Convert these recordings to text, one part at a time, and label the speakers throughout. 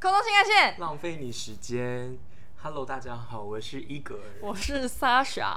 Speaker 1: 空中新干线，
Speaker 2: 浪费你时间。Hello，大家好，我是伊格尔。
Speaker 1: 我是 Sasha。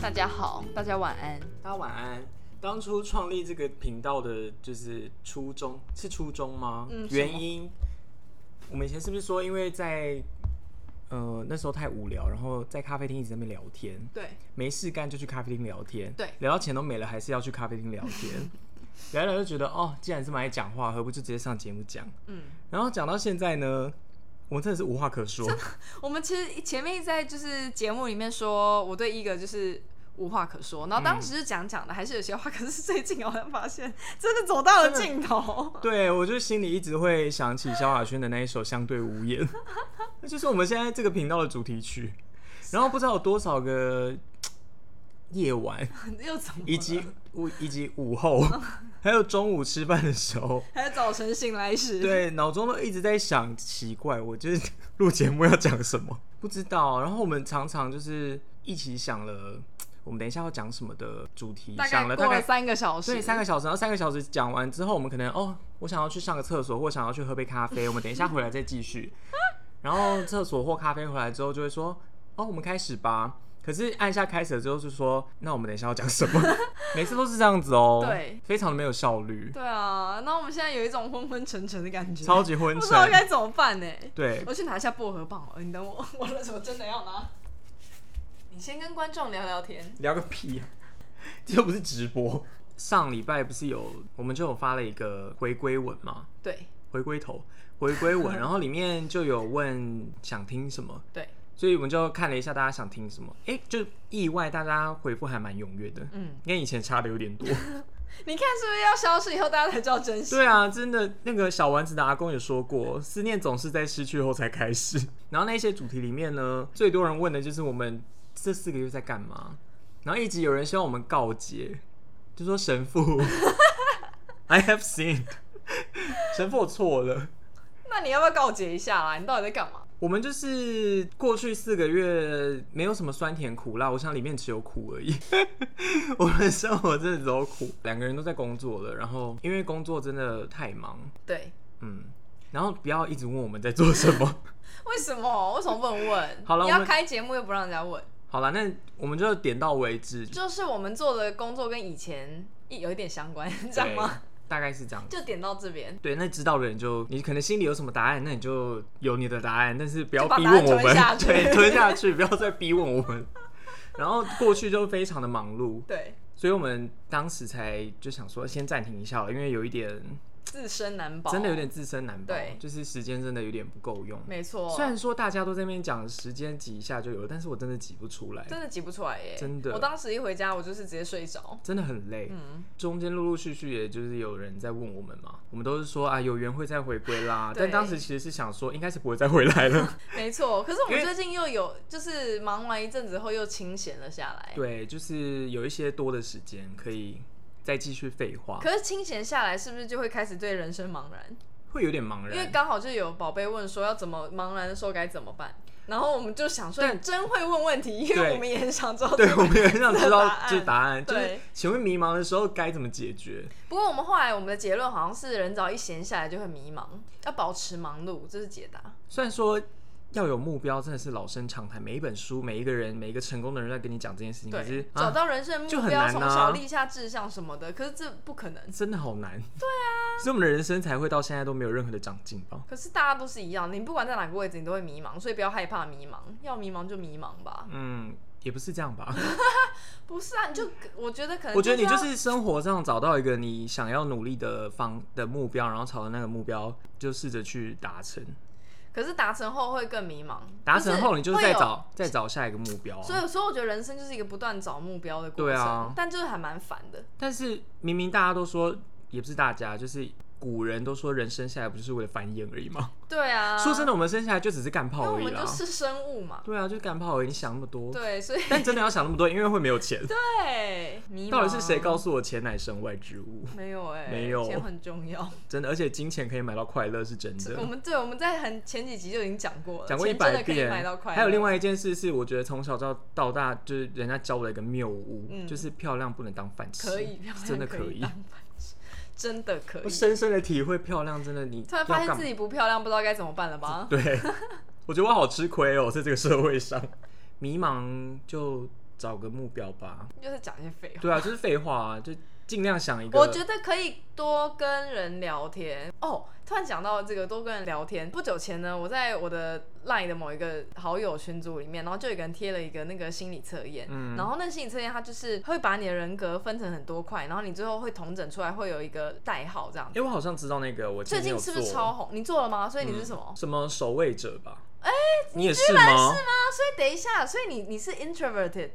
Speaker 1: 大家好，大家晚安。
Speaker 2: 大家晚安。当初创立这个频道的，就是初衷是初衷吗？
Speaker 1: 嗯什么
Speaker 2: 原因，我们以前是不是说，因为在呃那时候太无聊，然后在咖啡厅一直在那边聊天，
Speaker 1: 对，
Speaker 2: 没事干就去咖啡厅聊天，
Speaker 1: 对
Speaker 2: 聊到钱都没了，还是要去咖啡厅聊 天。聊一聊就觉得哦，既然这么爱讲话，何不就直接上节目讲？
Speaker 1: 嗯，
Speaker 2: 然后讲到现在呢，我们真的是无话可说。
Speaker 1: 我们其实前面一直在就是节目里面说我对一个就是无话可说，
Speaker 2: 嗯
Speaker 1: 然后当时是讲讲的，还是有些话，可是最近好像发现真的走到了尽头。
Speaker 2: 对，我就心里一直会想起萧亚轩的那一首《相对无言》， 那就是我们现在这个频道的主题曲。然后不知道有多少个夜晚，
Speaker 1: 又怎么了？
Speaker 2: 以及午以及午后，还有中午吃饭的时候，
Speaker 1: 还有早晨醒来时，，
Speaker 2: 对，脑中都一直在想，奇怪，我就是 录节目要讲什么，不知道。然后我们常常就是一起想了，我们等一下要讲什么的主题，
Speaker 1: 大
Speaker 2: 想
Speaker 1: 概
Speaker 2: 了
Speaker 1: 过
Speaker 2: 大
Speaker 1: 了
Speaker 2: 概
Speaker 1: 三个小时，
Speaker 2: 所以三个小时，然后三个小时讲完之后，我们可能哦，我想要去上个厕所，或想要去喝杯咖啡，我们等一下回来再 继续。然后厕所或咖啡回来之后，就会说哦，我们开始吧。可是按下开始了之后，就说那我们等一下要讲 什么？每次都是这样子哦，
Speaker 1: 对，
Speaker 2: 非常的没有效率，
Speaker 1: 对啊，那我们现在有一种昏昏沉沉的感觉，
Speaker 2: 超级昏
Speaker 1: 不知道
Speaker 2: 沉。
Speaker 1: 该怎么办呢、
Speaker 2: 对，
Speaker 1: 我去拿一下薄荷棒好了，你等我，我的手真的要拿。你先跟观众聊聊天，
Speaker 2: 聊个屁、啊， 这又不是直播。上礼拜不是有我们就有发了一个回归文嘛，
Speaker 1: 对
Speaker 2: 回归头，回 归文，然后里面就有问想听什么。
Speaker 1: 对，
Speaker 2: 所以我们就看了一下大家想听什么，哎、就意外大家回复还蛮踊跃的，
Speaker 1: 嗯，
Speaker 2: 跟以前差的有点 多。
Speaker 1: 你看是不是要消失以后大家才知道真相？
Speaker 2: 对啊，真的，那个小丸子的阿公也说过，思念总是在失去后才开始。然后那些主题里面呢，最多人问的就是我们这四个月在干嘛，然后一直有人希望我们告解，就说 神父，I have sinned，神父我错了。
Speaker 1: 那你要不要告解一下
Speaker 2: 啊
Speaker 1: 啦？你到底在干嘛？
Speaker 2: 我们就是过去四个月没有什么酸甜苦辣，我想里面只有苦而已。 我们生活真的只有苦，两个人都在工作了，然后因为工作真的太忙，
Speaker 1: 对，
Speaker 2: 嗯，然后不要一直问我们在做什么。
Speaker 1: 为什么？为什么不能问？
Speaker 2: 好了
Speaker 1: 你
Speaker 2: 我
Speaker 1: 要
Speaker 2: 们
Speaker 1: 开节目又不让人家问，
Speaker 2: 好了，那我们就点到为止，
Speaker 1: 就是我们做的工作跟以前一有一点相关，这样吗？
Speaker 2: 对？大概是这样。
Speaker 1: 就点到这边，
Speaker 2: 对，那知道的人就你可能心里有什么答案，那你就有你的答案，但是不要
Speaker 1: 就把
Speaker 2: 逼
Speaker 1: 答案
Speaker 2: 问我
Speaker 1: 吞
Speaker 2: 们
Speaker 1: 下，去
Speaker 2: 对，吞下去，不要再逼问我们。然后过去就非常的忙碌，
Speaker 1: 对，
Speaker 2: 所以我们当时才就想说先暂停一下了，因为有一点
Speaker 1: 自身难保，
Speaker 2: 真的有点自身难保
Speaker 1: 对，
Speaker 2: 就是时间真的有点不够用。
Speaker 1: 没错，
Speaker 2: 虽然说大家都在那边讲时间挤一下就有了，但是我真的挤不出来，
Speaker 1: 真的挤不出来耶，
Speaker 2: 真的
Speaker 1: 我当时一回家，我就是直接睡着，
Speaker 2: 真的很累。
Speaker 1: 嗯，
Speaker 2: 中间陆陆续续，也就是有人在问我们嘛，我们都是说啊有缘会再回归啦，
Speaker 1: 对
Speaker 2: 但当时其实是想说应该是不会再回来 了。
Speaker 1: 没错。可是我们
Speaker 2: 因为
Speaker 1: 最近又有，就是忙完一阵子后又清闲了下来，
Speaker 2: 对，就是有一些多的时间可以再继续废话，
Speaker 1: 可是清闲下来，是不是就会开始对人生茫然？
Speaker 2: 会有点茫
Speaker 1: 因为
Speaker 2: 然。
Speaker 1: 刚好就有宝贝问说要怎么茫然的时候该怎么办，然后我们就想说，你真会问问题，因为
Speaker 2: 对
Speaker 1: 我们也很想 知道。
Speaker 2: 对，我们也很想知 道
Speaker 1: 答案
Speaker 2: 这答案，就是
Speaker 1: 对
Speaker 2: 请问迷茫的时候该怎么解决？
Speaker 1: 不过我们后来我们的结论好像是，人只要一闲下来就会迷茫，要保持忙碌，这是解答。
Speaker 2: 虽然说要有目标，真的是老生常谈，每一本书、每一个人、每一个成功的人都在跟你讲这件事情，可
Speaker 1: 对
Speaker 2: 是，
Speaker 1: 找
Speaker 2: 啊，
Speaker 1: 到人生
Speaker 2: 就
Speaker 1: 目
Speaker 2: 很
Speaker 1: 标，
Speaker 2: 难
Speaker 1: 从
Speaker 2: 啊
Speaker 1: 小立下志向什么的，可是这不可能。
Speaker 2: 真的好难。对啊，所以我们的人生才会到现在都没有任何的长进吧？
Speaker 1: 可是大家都是一样，你不管在哪个位置，你都会迷茫，所以不要害怕迷茫，要迷茫就迷茫吧。
Speaker 2: 嗯，也不是这 样吧？
Speaker 1: 不是啊，你就我觉得可能，
Speaker 2: 嗯我觉得你就
Speaker 1: 要
Speaker 2: 是生活上找到一个你想要努力的方的目标，然后朝着那个目标就试着去达成。
Speaker 1: 可是达成后会更迷茫，
Speaker 2: 达成后，你就是
Speaker 1: 会
Speaker 2: 再
Speaker 1: 有
Speaker 2: 找再找下一个目标、
Speaker 1: 所
Speaker 2: 啊。
Speaker 1: 以，所以我觉得人生就是一个不断找目标的过程，
Speaker 2: 对啊
Speaker 1: 但就是还蛮烦的。
Speaker 2: 但是明明大家都说，也不是大家，就是古人都说人生下来不就是为了繁衍而已吗？
Speaker 1: 对啊，
Speaker 2: 说真的，我们生下来就只是干
Speaker 1: 因为
Speaker 2: 炮
Speaker 1: 我
Speaker 2: 而已啊
Speaker 1: 们
Speaker 2: 啦
Speaker 1: 就。是生物嘛，
Speaker 2: 对啊，就是干炮而已，你想那么多。
Speaker 1: 对，所以
Speaker 2: 但真的要想那么多，因为会没有钱。
Speaker 1: 对，迷
Speaker 2: 到底是谁告
Speaker 1: 诉？
Speaker 2: 诉我钱乃身外之物？
Speaker 1: 没有哎、
Speaker 2: 没有
Speaker 1: 钱很重要。
Speaker 2: 真的，而且金钱可以买到快乐是真的
Speaker 1: 我。们对我们在很前几集就已经讲过了，
Speaker 2: 讲过一
Speaker 1: 钱真
Speaker 2: 百
Speaker 1: 的可以
Speaker 2: 遍
Speaker 1: 买到快，乐。
Speaker 2: 还有另外一件事是，我觉得从小到到大，就是人家教我的一个谬误，
Speaker 1: 嗯
Speaker 2: 就是漂亮不能当饭吃，
Speaker 1: 可以，漂亮
Speaker 2: 真的
Speaker 1: 可
Speaker 2: 以
Speaker 1: 当。饭吃真的可
Speaker 2: 我
Speaker 1: 以。
Speaker 2: 深深的体会，漂亮真的你
Speaker 1: 突然发现自己不漂亮，不知道该怎么办了吧？
Speaker 2: 要干嘛对，我觉得我好吃亏哦，在这个社会上，迷茫就找个目标吧。
Speaker 1: 又在讲一些废话。
Speaker 2: 对啊，就是废话啊，就尽量想一个。
Speaker 1: 我觉得可以多跟人聊天哦。突然讲到这个多跟人聊天，不久前呢，我在我的 LINE 的某一个好友群组里面，然后就有一个人贴了一个那个心理测验，
Speaker 2: 嗯
Speaker 1: 然后那个心理测验它就是会把你的人格分成很多块，然后你最后会统整出来，会有一个代号这样
Speaker 2: 哎、。我好像知道那个，我
Speaker 1: 最
Speaker 2: 前天
Speaker 1: 近
Speaker 2: 有
Speaker 1: 是不是
Speaker 2: 做
Speaker 1: 超红？你做了吗？所以你是
Speaker 2: 嗯
Speaker 1: 什么？
Speaker 2: 什么守卫者吧？哎、你也是吗？
Speaker 1: 啊，所以等一下，所以你你是 introverted。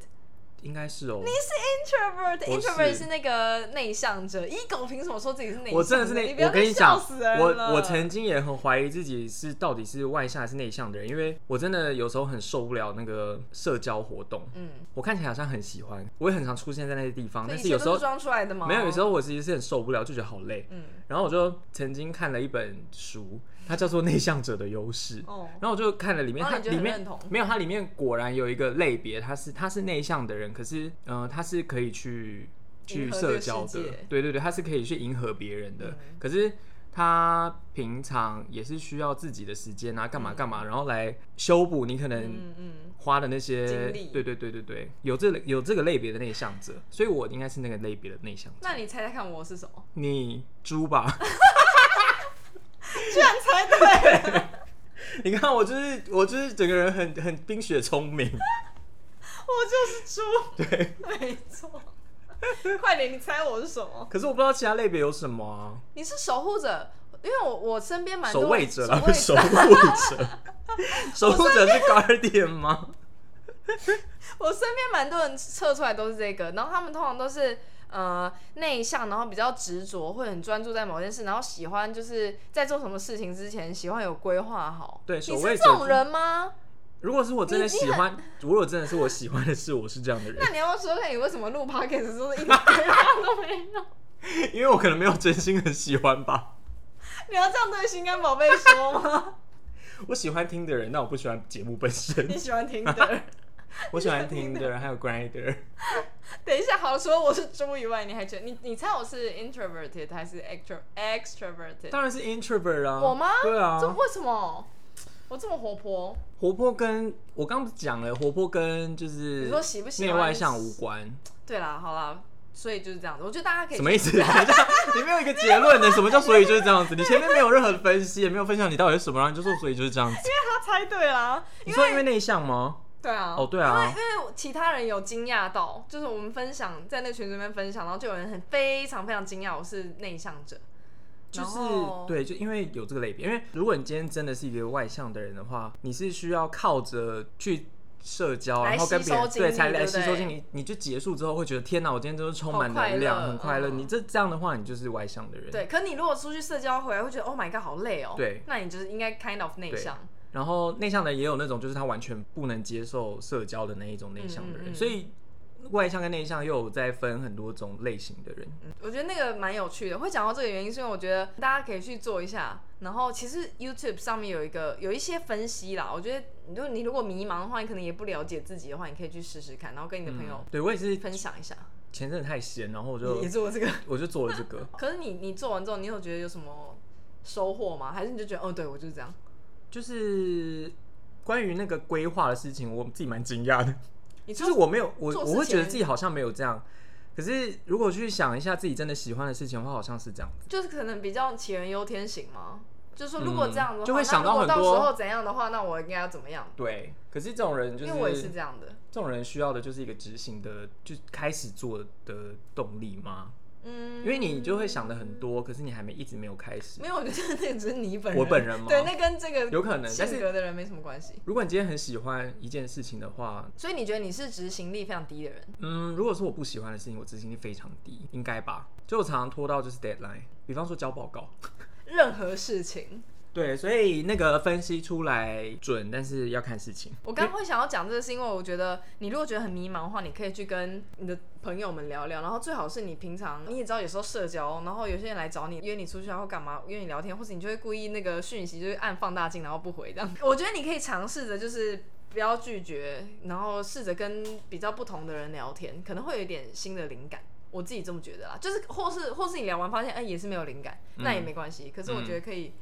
Speaker 2: 应该是哦。我是
Speaker 1: introvert，introvert 是那个内向者。一狗凭什么说自己是内向者？
Speaker 2: 我真的是
Speaker 1: 你
Speaker 2: 内
Speaker 1: 不，要
Speaker 2: 我跟
Speaker 1: 再
Speaker 2: 你
Speaker 1: 笑
Speaker 2: 讲
Speaker 1: 死，人了
Speaker 2: 我我曾经也很怀疑自己是到底是外向还是内向的人，因为我真的有时候很受不了那个社交活动。
Speaker 1: 嗯，
Speaker 2: 我看起来好像很喜欢，我也很常出现在那些地方，
Speaker 1: 所以一
Speaker 2: 但是
Speaker 1: 切
Speaker 2: 有
Speaker 1: 都
Speaker 2: 时候
Speaker 1: 是装出来的吗？
Speaker 2: 没有，有时候我其实是很受不了，就觉得好累。
Speaker 1: 嗯，
Speaker 2: 然后我就曾经看了一本书，它叫做《内向者的优势》。
Speaker 1: 哦，
Speaker 2: 然后我就看了里面，
Speaker 1: 然后
Speaker 2: 它
Speaker 1: 你觉得
Speaker 2: 里
Speaker 1: 很
Speaker 2: 面
Speaker 1: 认同
Speaker 2: 没有，它里面果然有一个类别，它是它是内向的人，可是嗯、呃，他是可以去去
Speaker 1: 迎合
Speaker 2: 社
Speaker 1: 这个
Speaker 2: 交
Speaker 1: 世
Speaker 2: 的
Speaker 1: 界，
Speaker 2: 对对对，他是可以去迎合别人的，
Speaker 1: 嗯
Speaker 2: 可是。他平常也是需要自己的时间啊，干嘛干嘛，然后来修补你可能
Speaker 1: 嗯嗯，
Speaker 2: 花的那些，
Speaker 1: 精力
Speaker 2: 对对对对对，有这有这个类别的内向者，所以我应该是那个类别的内向者。
Speaker 1: 那你猜猜看我是什么？
Speaker 2: 你猪吧？
Speaker 1: 居然猜对！
Speaker 2: 你看我就是我就是整个人很很冰雪聪明，
Speaker 1: 我就是猪，
Speaker 2: 对。
Speaker 1: 没错。快点，你猜我是什么？
Speaker 2: 可是我不知道其他类别有什么啊。
Speaker 1: 你是守护者，因为我我身边蛮多
Speaker 2: 守卫者啦，
Speaker 1: 守
Speaker 2: 不
Speaker 1: 卫
Speaker 2: 是
Speaker 1: 者
Speaker 2: 守 护者。守护者是 guardian 吗？
Speaker 1: 我身边蛮多人测出来都是这个，然后他们通常都是呃内向，然后比较执着，会很专注在某件事，然后喜欢就是在做什么事情之前喜欢有规划好。
Speaker 2: 对
Speaker 1: 你
Speaker 2: 守卫
Speaker 1: 是
Speaker 2: 者
Speaker 1: 这种人吗？
Speaker 2: 如果是我真的喜欢，如果真的是我喜欢的事，我是这样的人
Speaker 1: 那，你要不要说说看你为什么录 podcast 的时候一点规划都没 有？
Speaker 2: 因为我可能没有真心很喜欢吧。
Speaker 1: 你要这样对心肝宝贝说 吗？
Speaker 2: 我喜欢听的人，但我不喜欢节目本身
Speaker 1: 你。喜欢听的？
Speaker 2: 我喜欢听的人还有 grinder，
Speaker 1: 等一下，好除了我是猪以外，你还觉得你你猜我是 introverted 还是 extro extroverted？
Speaker 2: 当然是 introvert 啊。
Speaker 1: 我吗？
Speaker 2: 对
Speaker 1: 这
Speaker 2: 啊，
Speaker 1: 为什么我这么活泼？
Speaker 2: 活泼跟我刚不是讲了，活泼跟就
Speaker 1: 你
Speaker 2: 是
Speaker 1: 说喜不喜
Speaker 2: 内
Speaker 1: 欢
Speaker 2: 外向无关。
Speaker 1: 对啦，好啦，所以就是这样子。我觉得大家可以
Speaker 2: 什么意思？等一下，你没有一个结论的，什么叫所以就是这样子？你前面没有任何分析，也没有分享你到底是什么，然后你就说所以就是这样子。
Speaker 1: 他猜对啦，
Speaker 2: 你说因为内向吗？
Speaker 1: 对啊，
Speaker 2: 哦，对啊
Speaker 1: 因，为其他人有惊讶到，就是我们分享在那个群组里面分享，然后就有人很非常非常惊讶我是内向者，
Speaker 2: 就是
Speaker 1: 然后，
Speaker 2: 对，就因为有这个类别。因为如果你今天真的是一个外向的人的话，你是需要靠着去社交，
Speaker 1: 来
Speaker 2: 然后跟别
Speaker 1: 吸
Speaker 2: 人
Speaker 1: 收精力
Speaker 2: 对才来
Speaker 1: 对不
Speaker 2: 吸
Speaker 1: 对
Speaker 2: 收精力。你就结束之后会觉得天哪，我今天就是充满
Speaker 1: 好快乐
Speaker 2: 能量，很快乐。
Speaker 1: 嗯
Speaker 2: 你这这样的话，你就是外向的人。
Speaker 1: 对。可你如果出去社交回来，会觉得 Oh my god，好累哦。
Speaker 2: 对
Speaker 1: 那你就是应该 kind of 内向。
Speaker 2: 然后内向的也有那种就是他完全不能接受社交的那一种内向的人，
Speaker 1: 嗯嗯嗯
Speaker 2: 所以外向跟内向又有在分很多种类型的人。
Speaker 1: 嗯我觉得那个蛮有趣的。会讲到这个原因，是因为我觉得大家可以去做一下。然后其实 YouTube 上面有一个有一些分析啦，我觉得你就你如果迷茫的话，你可能也不了解自己的话，你可以去试试看，然后跟你的朋友
Speaker 2: 嗯对我也是
Speaker 1: 分享一下。
Speaker 2: 前阵子太闲，然后我
Speaker 1: 你
Speaker 2: 就
Speaker 1: 也做这个，
Speaker 2: 我就做了这个，
Speaker 1: 可是你你做完之后，你有觉得有什么收获吗？还是你就觉得哦，对我就是这样？
Speaker 2: 就是关于那个规划的事情，我自己蛮惊讶的。
Speaker 1: 你
Speaker 2: 就是我没有我
Speaker 1: 做事
Speaker 2: 我会觉得
Speaker 1: 前
Speaker 2: 自己好像没有这样，可是如果去想一下自己真的喜欢的事情的话，好像是这样子。
Speaker 1: 就是可能比较杞人忧天型吗？就是说如果这样的话，
Speaker 2: 嗯就会想
Speaker 1: 那如果
Speaker 2: 到
Speaker 1: 到
Speaker 2: 很多
Speaker 1: 时候怎样的话，那我应该要怎么样？
Speaker 2: 对，可是这种人就
Speaker 1: 因为我也是
Speaker 2: 是
Speaker 1: 这样的，
Speaker 2: 这种人需要的就是一个执行的，就开始做的动力吗？
Speaker 1: 嗯
Speaker 2: 因为你就会想的很多，可是你还没一直没有开始。
Speaker 1: 没有，我觉得那个只是你本人，
Speaker 2: 我本人吗
Speaker 1: 对，那跟这个
Speaker 2: 有可能但是
Speaker 1: 性格的人没什么关系。
Speaker 2: 如果你今天很喜欢一件事情的话，
Speaker 1: 所以你觉得你是执行力非常低的人？
Speaker 2: 嗯，如果说我不喜欢的事情，我执行力非常低，应该吧？就我常常拖到就是 deadline，比方说交报告。
Speaker 1: 任何事情，
Speaker 2: 对，所以那个分析出来准，但是要看事情。
Speaker 1: 我刚刚会想要讲这个，是因为我觉得你如果觉得很迷茫的话，你可以去跟你的朋友们聊聊，然后最好是你平常你也知道，有时候社交，然后有些人来找你约你出去啊，然后干嘛约你聊天，或者你就会故意那个讯息就是按放大镜，然后不回这样。 我觉得你可以尝试着就是。不要拒绝，然后试着跟比较不同的人聊天，可能会有一点新的灵感。我自己这么觉得啦，就是或是或是你聊完发现，哎、也是没有灵感，那也没关系。可是我觉
Speaker 2: 嗯
Speaker 1: 得可以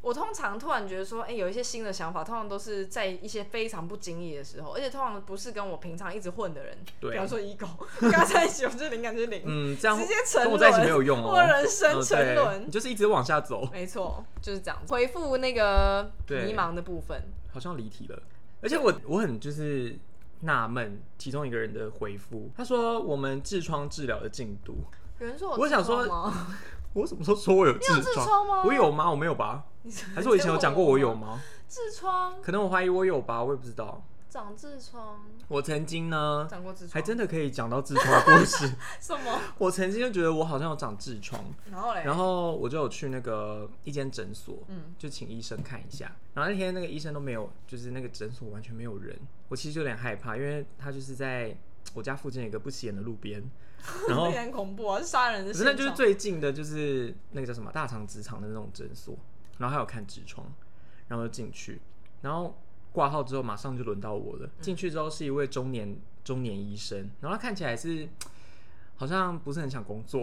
Speaker 1: 我通常突然觉得说，哎、有一些新的想法，通常都是在一些非常不经意的时候，而且通常不是跟我平常一直混的人，
Speaker 2: 对啊
Speaker 1: 比方说 ego，跟 他在一起，我就灵感就是零，
Speaker 2: 嗯，这样
Speaker 1: 直接沉沦
Speaker 2: 跟我在一起没有用哦，
Speaker 1: 我人生
Speaker 2: 嗯
Speaker 1: 沉沦
Speaker 2: 对你就是一直往下走，
Speaker 1: 没错，就是这样。回复那个
Speaker 2: 对
Speaker 1: 迷茫的部分，
Speaker 2: 好像离题了。而且我我很就是纳闷其中一个人的回复，他说我们痔疮治疗的进度，
Speaker 1: 有人说我
Speaker 2: 我想
Speaker 1: 痔疮
Speaker 2: 说
Speaker 1: 吗？
Speaker 2: 我什么时候说我有痔
Speaker 1: 你有痔疮吗
Speaker 2: 我有吗？我没有吧？
Speaker 1: 你
Speaker 2: 还是我以前有讲过我有吗？
Speaker 1: 痔疮，
Speaker 2: 可能我怀疑我有吧，我也不知道。
Speaker 1: 长痔疮，
Speaker 2: 我曾经呢，
Speaker 1: 长过痔疮，
Speaker 2: 还真的可以讲到痔疮的故事。
Speaker 1: 什么？
Speaker 2: 我曾经就觉得我好像有长痔疮，
Speaker 1: 然后嘞，
Speaker 2: 然后我就有去那个一间诊所，
Speaker 1: 嗯
Speaker 2: 就请医生看一下。然后那天那个医生都没有，就是那个诊所完全没有人，我其实有点害怕，因为他就是在我家附近有一个不起眼的路边，然后
Speaker 1: 这也很恐怖啊，是杀人的现
Speaker 2: 可是
Speaker 1: 场，
Speaker 2: 那就是最近的，就是那个叫什么大肠直肠的那种诊所，然后还有看痔疮，然后就进去，然后挂号之后马上就轮到我
Speaker 1: 嗯
Speaker 2: 了。进去之后是一位中年中年医生，然后他看起来是好像不是很想工 作，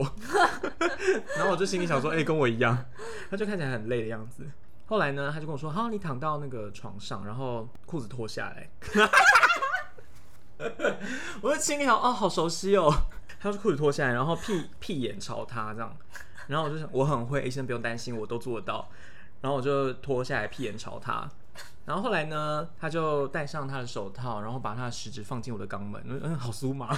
Speaker 2: 然后我就心里想说，哎、跟我一样，他就看起来很累的样子。后来呢，他就跟我说，好，你躺到那个床上，然后裤子脱下来。 我就心里想，哦，好熟悉哦。他就裤子脱下来，然后屁屁眼朝他这样，然后我就想我很会，医生不用担心，我都做得到。然后我就脱下来屁眼朝他，然后后来呢，他就戴上他的手套，然后把他的食指放进我的肛门，嗯嗯，好酥麻，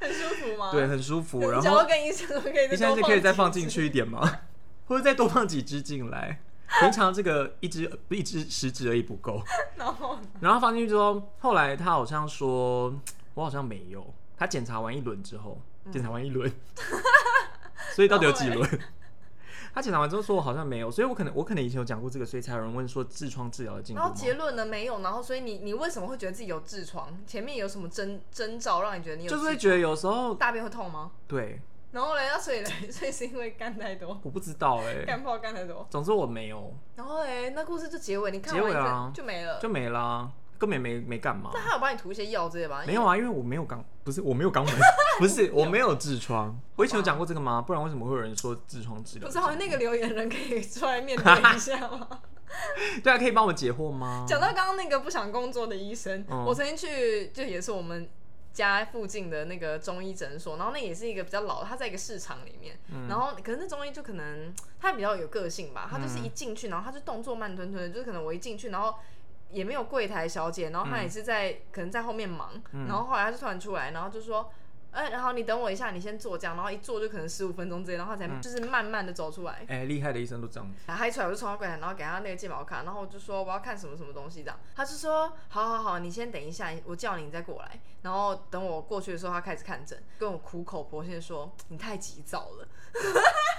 Speaker 1: 很舒服吗？
Speaker 2: 对，，很舒服。
Speaker 1: 哦你
Speaker 2: 然
Speaker 1: 想要
Speaker 2: 后
Speaker 1: 跟医生说可以
Speaker 2: 医
Speaker 1: 再
Speaker 2: 生
Speaker 1: 多
Speaker 2: 是可以再放
Speaker 1: 几
Speaker 2: 进
Speaker 1: 次
Speaker 2: 去一点吗？或者再多放几只进来？平常这个一只一只食指而已不够。
Speaker 1: 然后
Speaker 2: 然后放进去之后，后来他好像说，我好像没有。他检查完一轮之后，
Speaker 1: 嗯
Speaker 2: 检查完一轮， 所以到底有几轮？ 他检查完之后说，我好像没有，所以我可能我可能以前有讲过这个，所以才有人问说痔疮治疗的进度
Speaker 1: 然后
Speaker 2: 吗？
Speaker 1: 结论呢没有，然后所以你你为什么会觉得自己有痔疮？前面有什么征征兆让你觉得你有痔
Speaker 2: 就是
Speaker 1: 疮？
Speaker 2: 会觉得有时候
Speaker 1: 大便会痛吗？
Speaker 2: 对，
Speaker 1: 然后嘞，那所以嘞， 所以是因为干太多，
Speaker 2: 我不知道哎、
Speaker 1: 干泡干太多。
Speaker 2: 总之我没有，
Speaker 1: 然后嘞，那故事就结尾，你看
Speaker 2: 结
Speaker 1: 完
Speaker 2: 尾
Speaker 1: 一整
Speaker 2: 啊
Speaker 1: 就没了。
Speaker 2: 就没啦，根本没没干嘛
Speaker 1: 那，他有帮你涂一些药之类吧？
Speaker 2: 没有啊，因为我没有肛，不是我没 有肛门，不是我没有痔疮。我以前有讲过这个吗？不然为什么会有人说痔疮治疗？
Speaker 1: 不是，好像那个留言人可以出来 面对一下吗？
Speaker 2: 对啊，可以帮我解惑吗？
Speaker 1: 讲到刚刚那个不想工作的医生，
Speaker 2: 嗯
Speaker 1: 我曾经去，就也是我们家附近的那个中医诊所，然后那也是一个比较老的，他在一个市场里面，然后可能那中医就可能他比较有个性吧，他就是一进去，然后他就动作慢吞吞的，就是可能我一进去，然后。也没有柜台小姐，然后他也是在、可能在后面忙，然后后来他就突然出来，然后就说，哎、然后你等我一下，你先坐这样，然后一坐就可能十五分钟之类，然后他才就是慢慢的走出来，
Speaker 2: 哎、厉害的医生都这样子。
Speaker 1: 然后他一出来我就冲到柜台，然后给他那个健保卡，然后我就说我要看什么什么东西这样，他就说好啊好好，你先等一下，我叫你你再过来。然后等我过去的时候，他开始看诊，跟我苦口婆心地说你太急躁 了，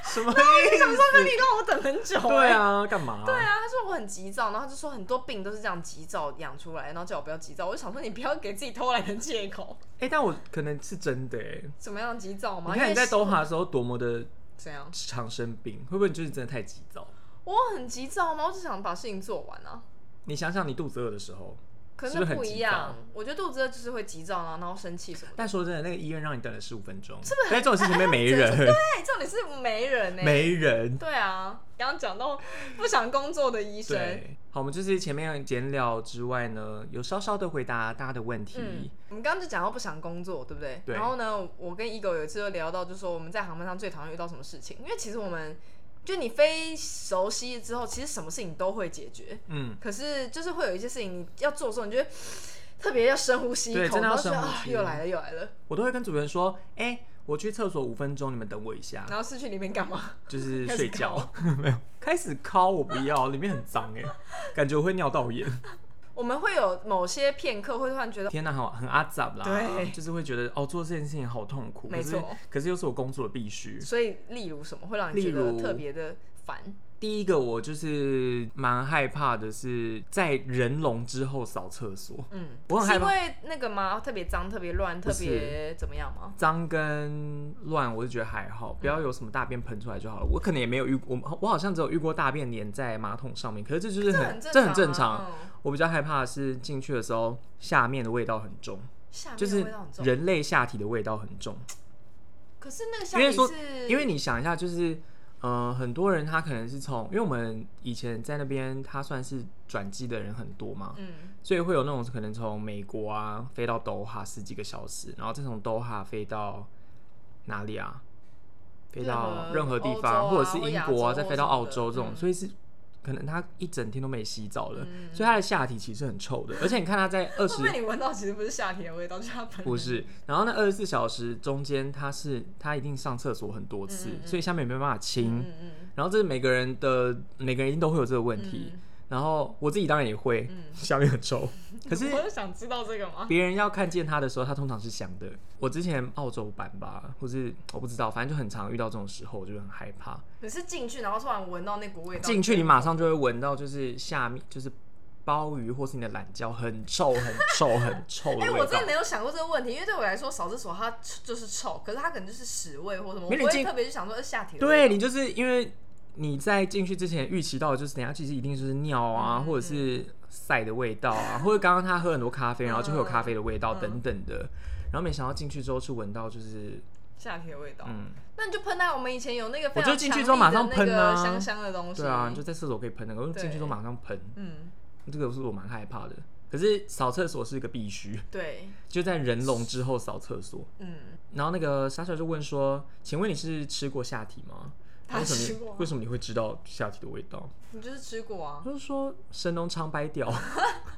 Speaker 2: 什么意思？
Speaker 1: 你让我等很久、
Speaker 2: 对。啊，干嘛、对
Speaker 1: 对，啊，他说我很急躁，然后他就说很多病都是这样急躁养出来，然后叫我不要急躁。我就想说你不要给自己偷懒的借口，
Speaker 2: 哎、但我可能是真的哎、
Speaker 1: 怎么样急躁吗？
Speaker 2: 你
Speaker 1: 因
Speaker 2: 看你
Speaker 1: 为
Speaker 2: 在
Speaker 1: 是
Speaker 2: 东华的时候多么的
Speaker 1: 怎样？
Speaker 2: 常生病，会不会你就是真的太急躁？
Speaker 1: 我很急躁吗？我只想把事情做完啊。
Speaker 2: 你想想你肚子饿的时候，
Speaker 1: 可
Speaker 2: 是不是
Speaker 1: 那
Speaker 2: 很
Speaker 1: 不一
Speaker 2: 急
Speaker 1: 样，我觉得肚子饿就是会急躁啊，然后生气什么的。
Speaker 2: 但说真的，那个医院让你等了十五分钟，是不是？但这种事情里面没 人，
Speaker 1: 对，哎重点是没人呢、
Speaker 2: 没人。
Speaker 1: 对啊，刚刚讲到不想工作的医生。
Speaker 2: 对，好，我们就是前面简了之外呢，有稍稍的回答大家的问题。
Speaker 1: 嗯，我们刚刚就讲到不想工作，对不对？
Speaker 2: 对
Speaker 1: 然后呢，我跟 Ego 有一次就聊到，就说我们在航班上最讨厌遇到什么事情，因为其实我们就你非熟悉之后，其实什么事情都会解决，
Speaker 2: 嗯，
Speaker 1: 可是就是会有一些事情你要做的时候，你就会特别要深呼吸一
Speaker 2: 对
Speaker 1: 口，
Speaker 2: 真的
Speaker 1: 然
Speaker 2: 要
Speaker 1: 后就觉得
Speaker 2: 深呼
Speaker 1: 啊，
Speaker 2: 吸
Speaker 1: 又来了又来了。
Speaker 2: 我都会跟主持人说，哎、我去厕所五分钟，你们等我一下，
Speaker 1: 然后是去里面干嘛？
Speaker 2: 就是
Speaker 1: 开始
Speaker 2: 睡觉， 没有开始敲我不要，里面很脏哎、感觉我会尿道炎。
Speaker 1: 我们会有某些片刻会突然觉得，
Speaker 2: 天呐，好很阿杂啦，
Speaker 1: 对
Speaker 2: 就是会觉得哦，做这件事情好痛苦，
Speaker 1: 没错
Speaker 2: 可是可是又是我工作的必须。
Speaker 1: 所以例如什么会让你觉
Speaker 2: 例
Speaker 1: 得
Speaker 2: 如
Speaker 1: 特别的烦？
Speaker 2: 第一个我就是蛮害怕的是在人龙之后扫厕所，
Speaker 1: 嗯，
Speaker 2: 我很
Speaker 1: 是
Speaker 2: 害
Speaker 1: 因
Speaker 2: 怕
Speaker 1: 为那个吗？特别脏、特别乱、特
Speaker 2: 不是
Speaker 1: 别怎么样吗？
Speaker 2: 脏跟乱，我就觉得还
Speaker 1: 嗯
Speaker 2: 好，不要有什么大便喷出来就好了。我可能也没有遇我我好像只有遇过大便粘在马桶上面，可是这就是
Speaker 1: 这
Speaker 2: 很
Speaker 1: 很正常、啊，
Speaker 2: 这很正常。
Speaker 1: 嗯、
Speaker 2: 我比较害怕的是进去的时候下面的味道很重，
Speaker 1: 下
Speaker 2: 就
Speaker 1: 面的
Speaker 2: 是
Speaker 1: 味道很重，
Speaker 2: 人类下体的味道很重。
Speaker 1: 可是那个下
Speaker 2: 因为
Speaker 1: 面
Speaker 2: 说
Speaker 1: 是，
Speaker 2: 因为你想一下，就是呃，很多人他可能是从，因为我们以前在那边，他算是转机的人很多嘛，
Speaker 1: 嗯，
Speaker 2: 所以会有那种可能从美国啊飞到多哈十几个小时，然后再从多哈飞到哪里啊？飞到任
Speaker 1: 任何
Speaker 2: 何地
Speaker 1: 欧洲
Speaker 2: 方，
Speaker 1: 啊
Speaker 2: 或者是英国啊，
Speaker 1: 或亚洲
Speaker 2: 再飞到澳洲这种，
Speaker 1: 嗯
Speaker 2: 所以是可能他一整天都没洗澡了，
Speaker 1: 嗯
Speaker 2: 所以他的下体其实很臭的。而且你看他在二
Speaker 1: 会
Speaker 2: 十
Speaker 1: 不会你闻到其实不是夏天的味道，就是它本人
Speaker 2: 不是，然后那二十四小时中间，他是他一定上厕所很多
Speaker 1: 嗯
Speaker 2: 次，
Speaker 1: 嗯嗯
Speaker 2: 所以下面没办法清。
Speaker 1: 嗯嗯
Speaker 2: 然后这是每个人的每个人一定都会有这个问题。
Speaker 1: 嗯
Speaker 2: 然后我自己当然也会，
Speaker 1: 嗯
Speaker 2: 下面很 臭。可是
Speaker 1: 我就想知道这个吗？
Speaker 2: 别人要看见他的时候，他通常是香的。我之前澳洲版吧，或是我不知道，反正就很常遇到这种时候，我就很害怕。
Speaker 1: 你是进去然后突然闻到那股味道，
Speaker 2: 进去你马上就会闻到，就是下面就是鲍鱼或是你的懒胶，很臭、很臭、很臭的
Speaker 1: 哎、
Speaker 2: 味道。
Speaker 1: 我真的没有想过这个问题，因为对我来说扫厕所它就是臭，可是它可能就是屎味或什么，我不
Speaker 2: 没有你
Speaker 1: 会
Speaker 2: 进
Speaker 1: 特别去想说呃下体的味
Speaker 2: 对
Speaker 1: 道
Speaker 2: 你就是因为你在进去之前预期到，就是等一下其实一定就是尿啊，
Speaker 1: 嗯
Speaker 2: 或者是晒的味道啊，或者刚刚他喝很多咖啡，然后就会有咖啡的味道
Speaker 1: 嗯
Speaker 2: 等等的。然后没想到进去之后是闻到，就是
Speaker 1: 下体的味道，
Speaker 2: 嗯，
Speaker 1: 那你就喷啊！我们以前有那个非
Speaker 2: 我就
Speaker 1: 常
Speaker 2: 进去
Speaker 1: 强
Speaker 2: 之后
Speaker 1: 力
Speaker 2: 马
Speaker 1: 的
Speaker 2: 上
Speaker 1: 那
Speaker 2: 喷
Speaker 1: 个
Speaker 2: 啊
Speaker 1: 香香的东西，
Speaker 2: 对啊，你就在厕所可以喷的，我就进去
Speaker 1: 对
Speaker 2: 都马上喷，
Speaker 1: 嗯，
Speaker 2: 这个是我蛮害怕的。可是扫厕所是一个必须，
Speaker 1: 对，
Speaker 2: 就在人龙之后扫厕所。
Speaker 1: 嗯，
Speaker 2: 然后那个莎莎就问说：“请问你是吃过下体吗？
Speaker 1: 他
Speaker 2: 为什
Speaker 1: 吃
Speaker 2: 么
Speaker 1: 过啊
Speaker 2: 你为什么你会知道下体的味道？”
Speaker 1: 你就是吃过啊
Speaker 2: 我，就说神农尝百草，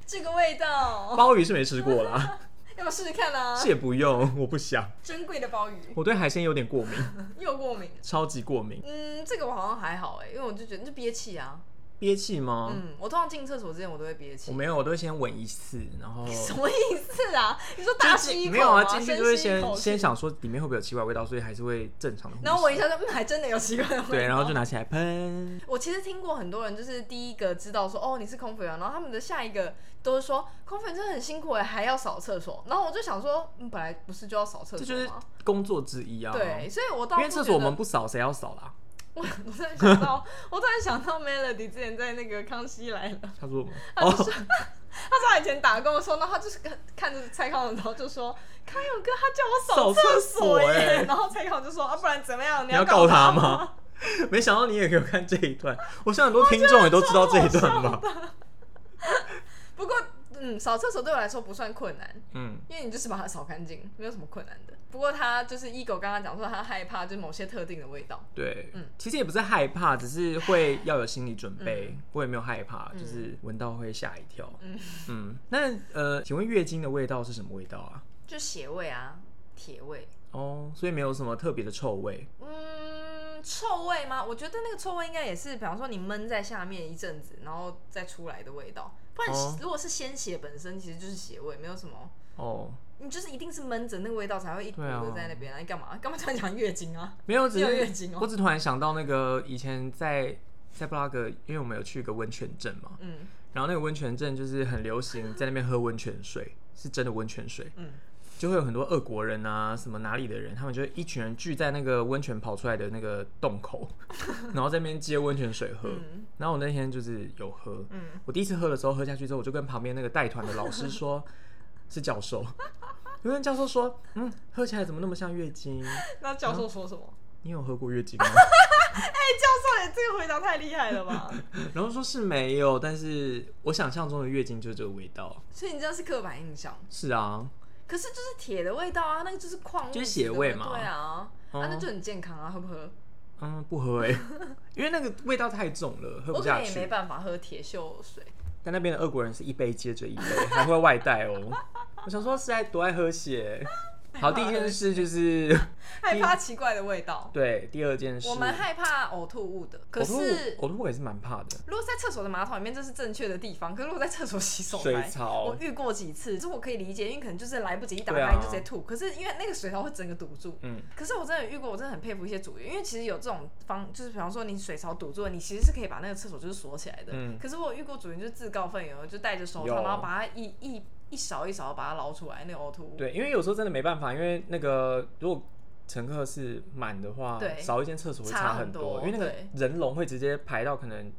Speaker 1: 这个味道，
Speaker 2: 鲍鱼是没吃过啦，
Speaker 1: 要不要试试看啊？
Speaker 2: 是也不用，我不想。
Speaker 1: 珍贵的鲍鱼，
Speaker 2: 我对海鲜有点 过敏，
Speaker 1: 又过敏。
Speaker 2: 超级过敏，
Speaker 1: 嗯，这个我好像还好哎、因为我就觉得就憋气啊。
Speaker 2: 憋气吗？
Speaker 1: 嗯，我通常进厕所之前我都会憋
Speaker 2: 我
Speaker 1: 气。
Speaker 2: 没有，我都会先闻一次，然后
Speaker 1: 什么意思啊？你说大吸一口
Speaker 2: 没有啊，
Speaker 1: 吗
Speaker 2: 进去
Speaker 1: 深
Speaker 2: 就会
Speaker 1: 吸一
Speaker 2: 先
Speaker 1: 口气
Speaker 2: 先想说里面会不会有奇怪的味道，所以还是会正常的呼吸。
Speaker 1: 然后闻一下就嗯，还真的有奇怪的味道。
Speaker 2: 对，然后就拿起来喷，
Speaker 1: 我其实听过很多人，就是第一个知道说哦你是空服员，然后他们的下一个都是说空服员真的很辛苦哎，还要扫厕所。然后我就想说，嗯，本来不是就要扫厕
Speaker 2: 这
Speaker 1: 所吗？
Speaker 2: 就是工作之一
Speaker 1: 啊
Speaker 2: 啊。
Speaker 1: 对，，所以我倒
Speaker 2: 因
Speaker 1: 不
Speaker 2: 为厕
Speaker 1: 觉
Speaker 2: 所我
Speaker 1: 得
Speaker 2: 们不扫，谁要扫啦？
Speaker 1: 我 我突然想到，我突然想到 Melody 之前在那个《康熙来了》，
Speaker 2: 他说我们
Speaker 1: 他
Speaker 2: 哦
Speaker 1: 就说、他说他以前打工的时候，然后他就是看看着蔡康永，然后就说 康永哥他叫我扫
Speaker 2: 扫厕
Speaker 1: 厕
Speaker 2: 所欸
Speaker 1: 所
Speaker 2: 耶
Speaker 1: 耶，然后蔡康永就说啊不然怎么样？
Speaker 2: 你
Speaker 1: 要
Speaker 2: 要告
Speaker 1: 他
Speaker 2: 他？ 吗？没想到你也可以看这一段，我想很多听众也都知道这一段吧？
Speaker 1: 不过嗯，扫厕所对我来说不算困难，
Speaker 2: 嗯，
Speaker 1: 因为你就是把它扫干净，没有什么困难的。不过他就是一狗刚刚讲说他害怕就是某些特定的味道，
Speaker 2: 对，
Speaker 1: 嗯
Speaker 2: 其实也不是害怕，只是会要有心理准备。我也没有害怕，
Speaker 1: 嗯
Speaker 2: 就是闻到会吓一跳。嗯
Speaker 1: 嗯
Speaker 2: 那呃，请问月经的味道是什么味道啊？
Speaker 1: 就血味啊、铁味，
Speaker 2: 哦，所以没有什么特别的臭味。
Speaker 1: 嗯，臭味吗？我觉得那个臭味应该也是，比方说你闷在下面一阵子，然后再出来的味道。不然
Speaker 2: 哦
Speaker 1: 如果是鲜血本身，其实就是血味，没有什么。
Speaker 2: 哦，
Speaker 1: 你就是一定是闷着那个味道才会一股
Speaker 2: 对啊
Speaker 1: 的在那边啊！你干嘛？干嘛突然讲月经 啊？
Speaker 2: 没有，只
Speaker 1: 你有月
Speaker 2: 是、
Speaker 1: 经哦
Speaker 2: 我只突然想到那个以前在在布拉格，因为我们有去一个温泉镇嘛，
Speaker 1: 嗯
Speaker 2: 然后那个温泉镇就是很流行在那边喝温泉水，是真的温泉水。
Speaker 1: 嗯，
Speaker 2: 就会有很多俄国人啊，什么哪里的人，他们就一群人聚在那个温泉跑出来的那个 洞口，然后在那边接温泉水喝。
Speaker 1: 嗯
Speaker 2: 然后我那天就是有喝，
Speaker 1: 嗯
Speaker 2: 我第一次喝的时候喝下去之后，我就跟旁边那个带团的老 师说，是教授。因为教授说，嗯，喝起来怎么那么像月 经？
Speaker 1: 那教授说什 么？
Speaker 2: 你有喝过月经吗？
Speaker 1: 教授也这个回答太厉害了吧！
Speaker 2: 然后说是没有，但是我想象中的月经就是这个味道。
Speaker 1: 所以你这样是刻板印象。
Speaker 2: 是啊，
Speaker 1: 可是就是铁的味道啊，那个就是矿物质的
Speaker 2: 就是血味嘛
Speaker 1: 对啊，
Speaker 2: 哦
Speaker 1: 啊那就很健康啊，喝不喝？
Speaker 2: 嗯，不喝哎、 因为那个味道太重了，喝
Speaker 1: 我
Speaker 2: 不
Speaker 1: 可
Speaker 2: 下
Speaker 1: 能
Speaker 2: 去。
Speaker 1: 也没办法喝铁锈水。
Speaker 2: 但那 边的俄国人是一杯接着一杯，还会外带哦。我想说是在多爱喝血，
Speaker 1: 哎，
Speaker 2: 好，第一件事就是。
Speaker 1: 害怕奇怪的味道
Speaker 2: 对，第二件事，
Speaker 1: 我们害怕呕吐物的，可
Speaker 2: 呕吐物
Speaker 1: 是
Speaker 2: 呕吐物也是蛮怕的。
Speaker 1: 如果在厕所的马桶里面，这是正确的地方。可是如果在厕所洗手
Speaker 2: 水
Speaker 1: 台，
Speaker 2: 槽
Speaker 1: 我遇过几次，这我可以理解，因为可能就是来不及一打
Speaker 2: 对啊
Speaker 1: 开你就直接吐。可是因为那个水槽会整个堵住。
Speaker 2: 嗯，
Speaker 1: 可是我真的有遇过，我真的很佩服一些主人，因为其实有这种方，就是比方说你水槽堵住了，你其实是可以把那个厕所就是锁起来的。
Speaker 2: 嗯
Speaker 1: 可是我有遇过主人就是自告奋勇，就戴着手
Speaker 2: 有
Speaker 1: 套，然后把它一一一勺一勺把它捞出来，那个呕吐物。
Speaker 2: 对，因为有时候真的没办法，因为那个如果乘客是满的话，
Speaker 1: 对
Speaker 2: 少一间厕所会
Speaker 1: 差
Speaker 2: 差
Speaker 1: 很
Speaker 2: 很
Speaker 1: 多
Speaker 2: 因为那个
Speaker 1: 对
Speaker 2: 人龙会直接排到可能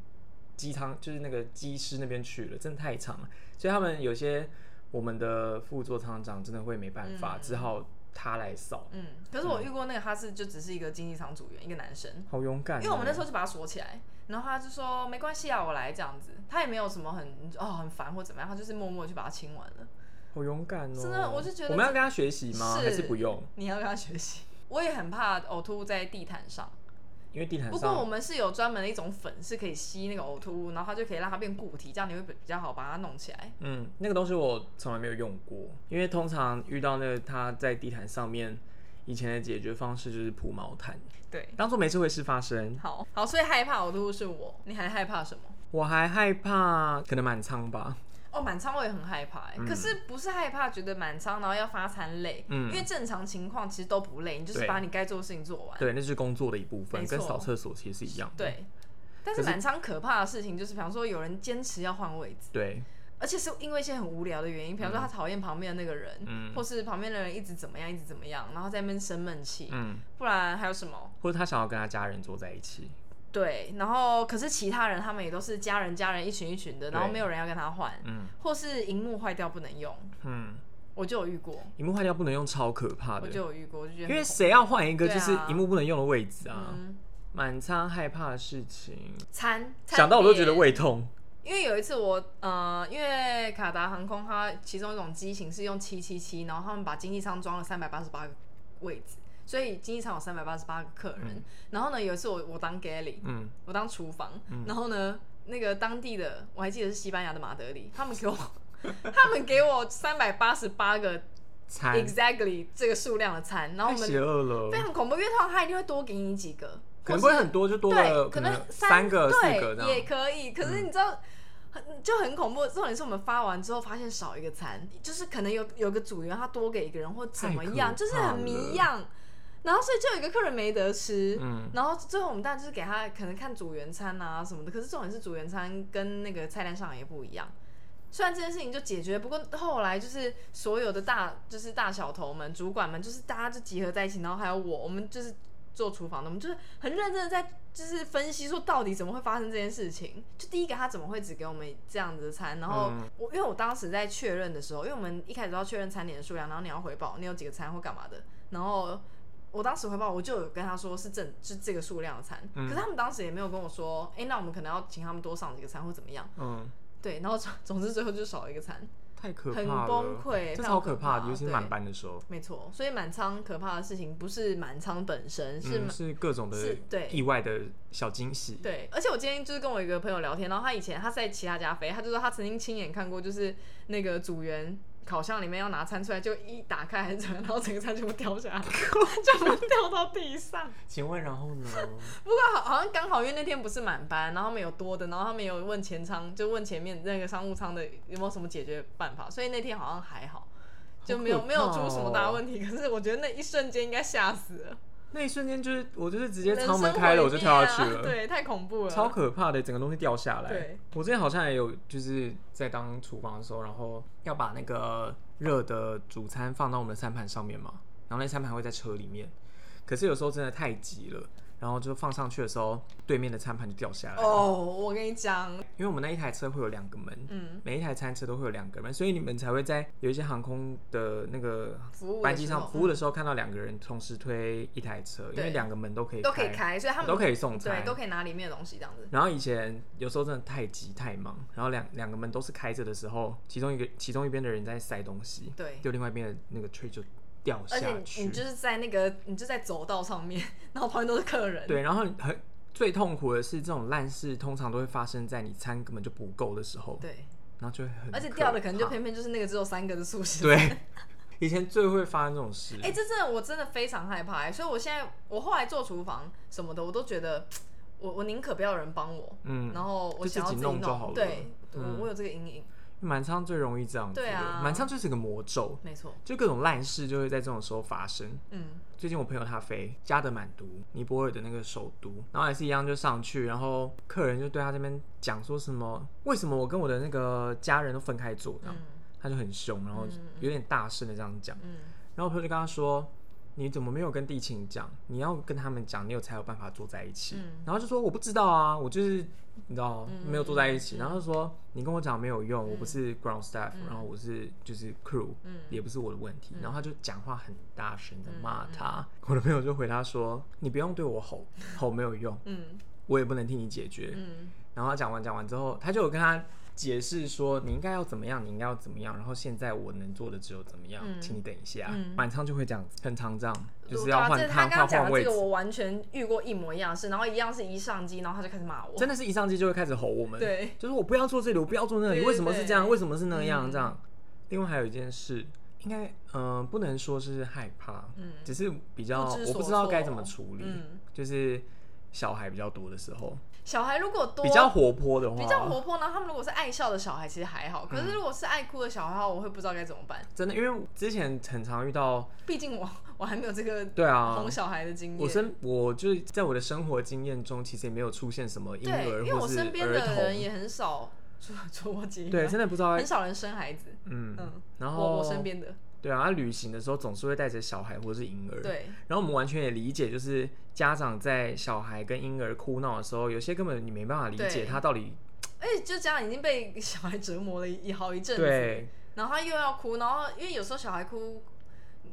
Speaker 2: 鸡汤就是那个鸡师那边去了，真的太长了，所以他们有些我们的副座舱长真的会没办法，
Speaker 1: 嗯
Speaker 2: 只好他来扫，
Speaker 1: 嗯，可是我遇过那个他是就只是一个经济舱组员，一个男生，
Speaker 2: 好勇敢哦、
Speaker 1: 因为我们那时候就把他锁起来，然后他就说没关系啊，我来这样子，他也没有什么很哦很烦或怎么样，他就是默默地去把它清完了。
Speaker 2: 好勇敢哦、
Speaker 1: 真的我就觉得
Speaker 2: 我们要跟他学习吗？
Speaker 1: 是
Speaker 2: 还是不用？
Speaker 1: 你要跟他学习。我也很怕呕吐物在地毯上，
Speaker 2: 因为地毯
Speaker 1: 不过我
Speaker 2: 上
Speaker 1: 们是有专门的一种粉，是可以吸那个呕吐物，然后它就可以让它变固体，这样你会比比较好把它弄起来。
Speaker 2: 嗯，那个东西我从来没有用过，因为通常遇到那个他在地毯上面，以前的解决方式就是铺毛毯，
Speaker 1: 对，
Speaker 2: 当做没这回事发生。
Speaker 1: 好好，所以害怕呕吐物是我，你还害怕什么？
Speaker 2: 我还害怕可能满仓吧，
Speaker 1: 哦，满仓我也很害怕、欸，
Speaker 2: 嗯
Speaker 1: 可是不是害怕觉得满仓然后要发餐累，
Speaker 2: 嗯
Speaker 1: 因为正常情况其实都不累，你就是
Speaker 2: 对
Speaker 1: 把你该做的事情做完。
Speaker 2: 对，那是工作的一部
Speaker 1: 啊
Speaker 2: 分，
Speaker 1: 没
Speaker 2: 跟
Speaker 1: 错
Speaker 2: 扫厕所其实是一样的。
Speaker 1: 对，但是
Speaker 2: 可是
Speaker 1: 满仓可怕的事情就是，比方说有人坚持要换位置，
Speaker 2: 对
Speaker 1: 而且是因为一些很无聊的原因，比方说他讨厌旁边的那个人，
Speaker 2: 嗯
Speaker 1: 或是旁边的人一直怎么样，一直怎么样，然后在那边生闷气。
Speaker 2: 嗯，
Speaker 1: 不然还有什么？
Speaker 2: 或者他想要跟他家人坐在一起，
Speaker 1: 对，然后可是其他人他们也都是家人，家人一群一群的，然后
Speaker 2: 对
Speaker 1: 没有人要跟他换，
Speaker 2: 嗯
Speaker 1: 或是荧幕坏掉不能用，
Speaker 2: 嗯，
Speaker 1: 我就有遇过，
Speaker 2: 荧幕坏掉不能用，超可怕
Speaker 1: 我
Speaker 2: 的，
Speaker 1: 就有遇过，我就觉得
Speaker 2: 因
Speaker 1: 很
Speaker 2: 为
Speaker 1: 恐
Speaker 2: 谁要换一个就是
Speaker 1: 对啊
Speaker 2: 荧幕不能用的位置
Speaker 1: 怖
Speaker 2: 啊？
Speaker 1: 嗯，
Speaker 2: 满仓害怕的事情，
Speaker 1: 餐
Speaker 2: 想到我都觉得
Speaker 1: 胃。
Speaker 2: 胃痛。
Speaker 1: 因为有一次我呃，因为卡达航空它其中一种机型是用七七七，然后他们把经济舱装了三百八十八个位置，所以经济舱有三百八十八个客人。然后呢，有一次我我当 galley，
Speaker 2: 嗯，
Speaker 1: 我当厨房，然后呢，那个当地的我还记得是西班牙的马德里，他们给我 他们给我三百八十八个
Speaker 2: 餐
Speaker 1: exactly 这个数量的餐，然后
Speaker 2: 太
Speaker 1: 我
Speaker 2: 邪
Speaker 1: 们
Speaker 2: 恶了
Speaker 1: 非，常恐怖，因为通常他一定会多给你几个，
Speaker 2: 可
Speaker 1: 或
Speaker 2: 能不
Speaker 1: 是
Speaker 2: 会很多，就多
Speaker 1: 对，
Speaker 2: 了
Speaker 1: 可
Speaker 2: 能
Speaker 1: 三
Speaker 2: 三个、四
Speaker 1: 对
Speaker 2: 个这
Speaker 1: 也
Speaker 2: 样。嗯
Speaker 1: 可以。可是你知道，很就很恐怖。重点是我们发完之后发现少一个餐，就是可能有有个组员他多给一个人或怎么样，
Speaker 2: 太可怕
Speaker 1: 就是很迷样。然后所以就有一个客人没得吃，
Speaker 2: 嗯
Speaker 1: 然后最后我们当然就是给他可能看组员餐啊什么的，可是重点是组员餐跟那个菜单上也不一样。虽然这件事情就解决，不过后来就是所有的大就是大小头们、主管们，就是大家就集合在一起，然后还有我，我们就是做厨房的，我们就是很认真的在就是分析说到底怎么会发生这件事情。就第一个他怎么会只给我们这样子的餐，然后
Speaker 2: 嗯
Speaker 1: 我因为我当时在确认的时候，因为我们一开始要确认餐点的数量，然后你要回报你有几个餐或干嘛的，然后。我当时回报，我就有跟他说是正，是这个数量的餐，
Speaker 2: 嗯
Speaker 1: 可是他们当时也没有跟我说，哎、那我们可能要请他们多上几个餐或怎么样，
Speaker 2: 嗯，
Speaker 1: 对，然后总 总之最后就少了一个餐，
Speaker 2: 太可怕
Speaker 1: 很
Speaker 2: 了，
Speaker 1: 崩溃非
Speaker 2: 这超
Speaker 1: 常
Speaker 2: 可
Speaker 1: 可
Speaker 2: 怕的，
Speaker 1: 怕
Speaker 2: 尤其是
Speaker 1: 对
Speaker 2: 满班的时候，
Speaker 1: 没错，所以满仓可怕的事情不是满仓本身，是
Speaker 2: 嗯，
Speaker 1: 满、
Speaker 2: 是各种的
Speaker 1: 是对
Speaker 2: 意外的小惊喜。
Speaker 1: 对。而且我今天就是跟我一个朋友聊天，然后他以前他在其他家飞，他就说他曾经亲眼看过，就是那个组员烤箱里面要拿餐出来，就一打开还是怎么样，然后整个餐全部掉下 来，全部掉到地上。
Speaker 2: 请问然后呢？
Speaker 1: 不过好好像刚好因为那天不是满班，然后他们有多的，然后他们有问前舱，就问前面那个商务舱的有没有什么解决办法，所以那天好像还好，就没有、
Speaker 2: 好可怕哦
Speaker 1: 没有出什么大问题。可是我觉得那一瞬间应该吓死了，
Speaker 2: 那一瞬间就是我就是直接
Speaker 1: 人
Speaker 2: 舱门
Speaker 1: 生
Speaker 2: 开了，
Speaker 1: 毁
Speaker 2: 我就跳下
Speaker 1: 灭啊
Speaker 2: 去了。
Speaker 1: 对，太恐怖了，
Speaker 2: 超可怕的，整个东西掉下来。
Speaker 1: 对，
Speaker 2: 我之前好像也有，就是在当厨房的时候，然后要把那个热的主餐放到我们的餐盘上面嘛，然后那餐盘会在车里面。可是有时候真的太急了，然后就放上去的时候，对面的餐盘就掉下来了。
Speaker 1: 哦！我跟你讲，
Speaker 2: 因为我们那一台车会有两个门，
Speaker 1: 嗯，
Speaker 2: 每一台餐车都会有两个门，所以你们才会在有一些航空的那个
Speaker 1: 服务的
Speaker 2: 班机
Speaker 1: 时
Speaker 2: 上
Speaker 1: 候
Speaker 2: 服务的时候看到两个人同时推一台车，因为
Speaker 1: 对
Speaker 2: 两个门都可以
Speaker 1: 嗯都可以开，所以他们
Speaker 2: 都可以送餐
Speaker 1: 对，都可以拿里面的东西这样子。
Speaker 2: 然后以前有时候真的太急太忙，然后两两个门都是开着的时候，其中一个其中一边的人在塞东西，
Speaker 1: 对
Speaker 2: 就另外一边的那个 tray 就掉
Speaker 1: 而且
Speaker 2: 下
Speaker 1: 你
Speaker 2: 去
Speaker 1: 你，就是在那个，你就在走道上面，然后旁边都是客人，
Speaker 2: 对，然后很最痛苦的是这种烂事，通常都会发生在你餐根本就不够的时候，
Speaker 1: 对，
Speaker 2: 然后就会很，
Speaker 1: 而且掉的可能就偏偏就是那个只有三个的素食，
Speaker 2: 对， 以前最会发生这种事。
Speaker 1: 哎、这真的我真的非常害怕、欸所以我现在我后来做厨房什么的，我都觉得我我宁可不要有人帮我，
Speaker 2: 嗯，
Speaker 1: 然后我
Speaker 2: 就自
Speaker 1: 想要
Speaker 2: 己
Speaker 1: 自己
Speaker 2: 弄就好了
Speaker 1: 对，
Speaker 2: 嗯
Speaker 1: 我我有这个阴影，
Speaker 2: 满仓最容易这样子的，
Speaker 1: 对啊
Speaker 2: 满仓就是个魔咒，
Speaker 1: 没错，
Speaker 2: 就各种烂事就会在这种时候发生。
Speaker 1: 嗯，
Speaker 2: 最近我朋友他飞加德满都，尼泊尔的那个首都，然后也是一样就上去，然后客人就对他这边讲说什么，为什么我跟我的那个家人都分开坐这样，
Speaker 1: 嗯
Speaker 2: 他就很凶，然后
Speaker 1: 嗯
Speaker 2: 有点大声的这样讲，
Speaker 1: 嗯，
Speaker 2: 然后我朋友就跟他说。你怎么没有跟地勤讲？你要跟他们讲，你有才有办法坐在一起。
Speaker 1: 嗯
Speaker 2: 然后就说我不知道啊，我就是你知道
Speaker 1: 嗯
Speaker 2: 没有坐在一
Speaker 1: 嗯
Speaker 2: 起。
Speaker 1: 嗯
Speaker 2: 然后就说你跟我讲没有用，
Speaker 1: 嗯
Speaker 2: 我不是 ground staff，、
Speaker 1: 嗯
Speaker 2: 然后我是就是 crew，
Speaker 1: 嗯
Speaker 2: 也不是我的问题。然后他就讲话很大声的骂
Speaker 1: 嗯嗯
Speaker 2: 他，我的朋友就回他说：“你不用对我吼，吼没有用，
Speaker 1: 嗯
Speaker 2: 我也不能替你解决。
Speaker 1: 嗯
Speaker 2: 然后他讲完讲完之后，他就有跟他解释说：“你应该要怎么样，你应该要怎么样。”然后现在我能做的只有怎么样，
Speaker 1: 嗯
Speaker 2: 请你等一下。
Speaker 1: 嗯
Speaker 2: 满仓就会这样子，很常这样，就是
Speaker 1: 对
Speaker 2: 要
Speaker 1: 啊
Speaker 2: 换
Speaker 1: 这他刚
Speaker 2: 汤换
Speaker 1: 刚讲
Speaker 2: 换
Speaker 1: 的
Speaker 2: 位
Speaker 1: 这
Speaker 2: 置
Speaker 1: 个，。我完全遇过一模一样的事，然后一样是一上机，然后他就开始骂我，
Speaker 2: 真的是一上机就会开始吼我们，
Speaker 1: 对，
Speaker 2: 就是我不要坐这里，我不要坐那里，
Speaker 1: 对对
Speaker 2: 为什么是这样，
Speaker 1: 对
Speaker 2: 为什么是那样、
Speaker 1: 嗯
Speaker 2: 这样。另外还有一件事，应该嗯、呃不能说是害怕，
Speaker 1: 嗯
Speaker 2: 只是比较
Speaker 1: 不知
Speaker 2: 我
Speaker 1: 所
Speaker 2: 不知道该怎么处理，
Speaker 1: 嗯，
Speaker 2: 就是小孩比较多的时候，
Speaker 1: 小孩如果多
Speaker 2: 比较啊活泼的话，
Speaker 1: 比较活泼，然后他们如果是爱笑的小孩，其实还
Speaker 2: 嗯
Speaker 1: 好。可是如果是爱哭的小孩的话，我会不知道该怎么办。
Speaker 2: 真的，因为之前很常遇到，
Speaker 1: 毕竟我我还没有这个
Speaker 2: 对啊
Speaker 1: 哄。小孩的经验。
Speaker 2: 我身我就是在我的生活经验中，其实也没有出现什么婴
Speaker 1: 对，
Speaker 2: 儿
Speaker 1: 因为
Speaker 2: 或
Speaker 1: 我
Speaker 2: 是
Speaker 1: 身边的人
Speaker 2: 儿
Speaker 1: 也很少， 除除我姐以
Speaker 2: 童，
Speaker 1: 外，
Speaker 2: 对，真的不知道
Speaker 1: 很，少人生孩子。
Speaker 2: 嗯
Speaker 1: 嗯，
Speaker 2: 然后
Speaker 1: 我我身边的，
Speaker 2: 对啊，他旅行的时候总是会带着小孩或是婴儿，
Speaker 1: 对，
Speaker 2: 然后我们完全也理解，就是家长在小孩跟婴儿哭闹的时候，有些根本你没办法理解
Speaker 1: 对
Speaker 2: 他到底
Speaker 1: 而且哎就这样已经被小孩折磨了一好一阵子，
Speaker 2: 对，
Speaker 1: 然后他又要哭，然后因为有时候小孩哭，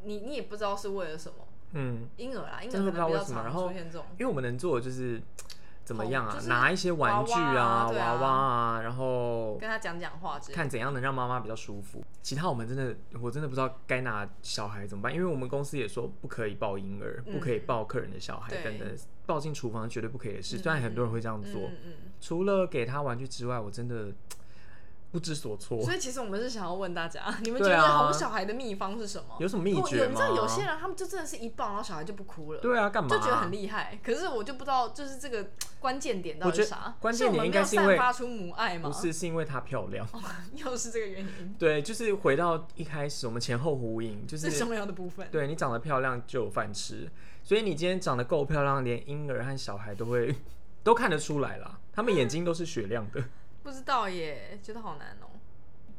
Speaker 1: 你你也不知道是为了什么。
Speaker 2: 嗯，
Speaker 1: 婴儿啊，婴儿
Speaker 2: 真的
Speaker 1: 可
Speaker 2: 不
Speaker 1: 能比
Speaker 2: 知道
Speaker 1: 较
Speaker 2: 为什么
Speaker 1: 常
Speaker 2: 然后
Speaker 1: 出现这种，
Speaker 2: 因为我们能做的就是怎么样啊，
Speaker 1: 哦就是
Speaker 2: 拿一些玩具啊、
Speaker 1: 娃娃啊对啊
Speaker 2: 娃娃啊，然后
Speaker 1: 跟他讲讲话之类的。
Speaker 2: 看怎样能让妈妈比较舒服。其他我们真的，我真的不知道该拿小孩怎么办，因为我们公司也说不可以抱婴儿，
Speaker 1: 嗯
Speaker 2: 不可以抱客人的小孩
Speaker 1: 对
Speaker 2: 等等，抱进厨房绝对不可以的事。
Speaker 1: 嗯
Speaker 2: 虽然很多人会这样
Speaker 1: 嗯
Speaker 2: 做，
Speaker 1: 嗯
Speaker 2: 除了给他玩具之外，我真的不知所措
Speaker 1: 嗯。。所以其实我们是想要问大家，你们觉
Speaker 2: 对
Speaker 1: 得
Speaker 2: 啊
Speaker 1: 哄小孩的秘方是什么？
Speaker 2: 有什么秘
Speaker 1: 不
Speaker 2: 诀
Speaker 1: 有你知道
Speaker 2: 吗
Speaker 1: 有些人他们就真的是一抱，然后小孩就不哭了。
Speaker 2: 对啊，干嘛、
Speaker 1: 就觉得很厉害，可是我就不知道，就是这个关键点到
Speaker 2: 我
Speaker 1: 底
Speaker 2: 觉
Speaker 1: 是
Speaker 2: 得
Speaker 1: 啥？
Speaker 2: 关键点应该是
Speaker 1: 是
Speaker 2: 因
Speaker 1: 我
Speaker 2: 为
Speaker 1: 们没有散发出母爱吗？哦
Speaker 2: 不，是，是因为她漂亮。
Speaker 1: 又是这个原因，
Speaker 2: 对，就是回到一开始，我们前后呼应，就
Speaker 1: 最
Speaker 2: 是
Speaker 1: 重要的部分。
Speaker 2: 对你长得漂亮就有饭吃，所以你今天长得够漂亮，连婴儿和小孩都会都看得出来啦，他们眼睛都是雪亮的。
Speaker 1: 不知道耶，觉得好难哦、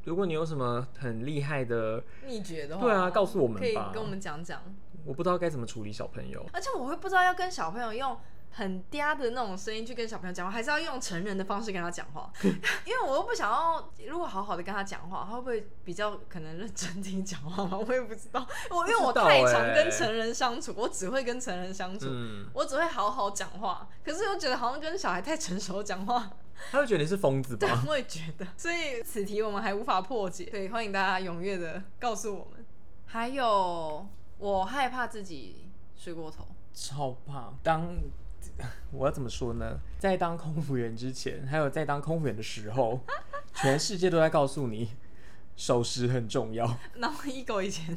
Speaker 2: 如果你有什么很厉害的，
Speaker 1: 秘诀的话，
Speaker 2: 对啊告诉我
Speaker 1: 哦
Speaker 2: 们吧
Speaker 1: 可以跟我们讲讲。
Speaker 2: 我不知道该怎么处理小朋友，
Speaker 1: 而且我会不知道要跟小朋友用很嗲的那种声音去跟小朋友讲话，还是要用成人的方式跟他讲 话，因为我又不想要，如果好好的跟他讲话，他会不会比较可能认真听讲话吗？我也不知道，我因为我
Speaker 2: 不知道
Speaker 1: 太常
Speaker 2: 欸
Speaker 1: 跟成人相处，我只会跟成人相处，
Speaker 2: 嗯，
Speaker 1: 我只会好好讲话，可是又觉得好像跟小孩太成熟讲话，
Speaker 2: 他会觉得你是疯子
Speaker 1: 对
Speaker 2: 吧，？
Speaker 1: 我也觉得。所以此题我们还无法破解，对，欢迎大家踊跃的告诉我们。还有，我害怕自己睡过头，
Speaker 2: 超怕。当我要怎么说呢？在当空服员之前，还有在当空服员的时候，全世界都在告诉你，守时很重要。
Speaker 1: 然后一狗以前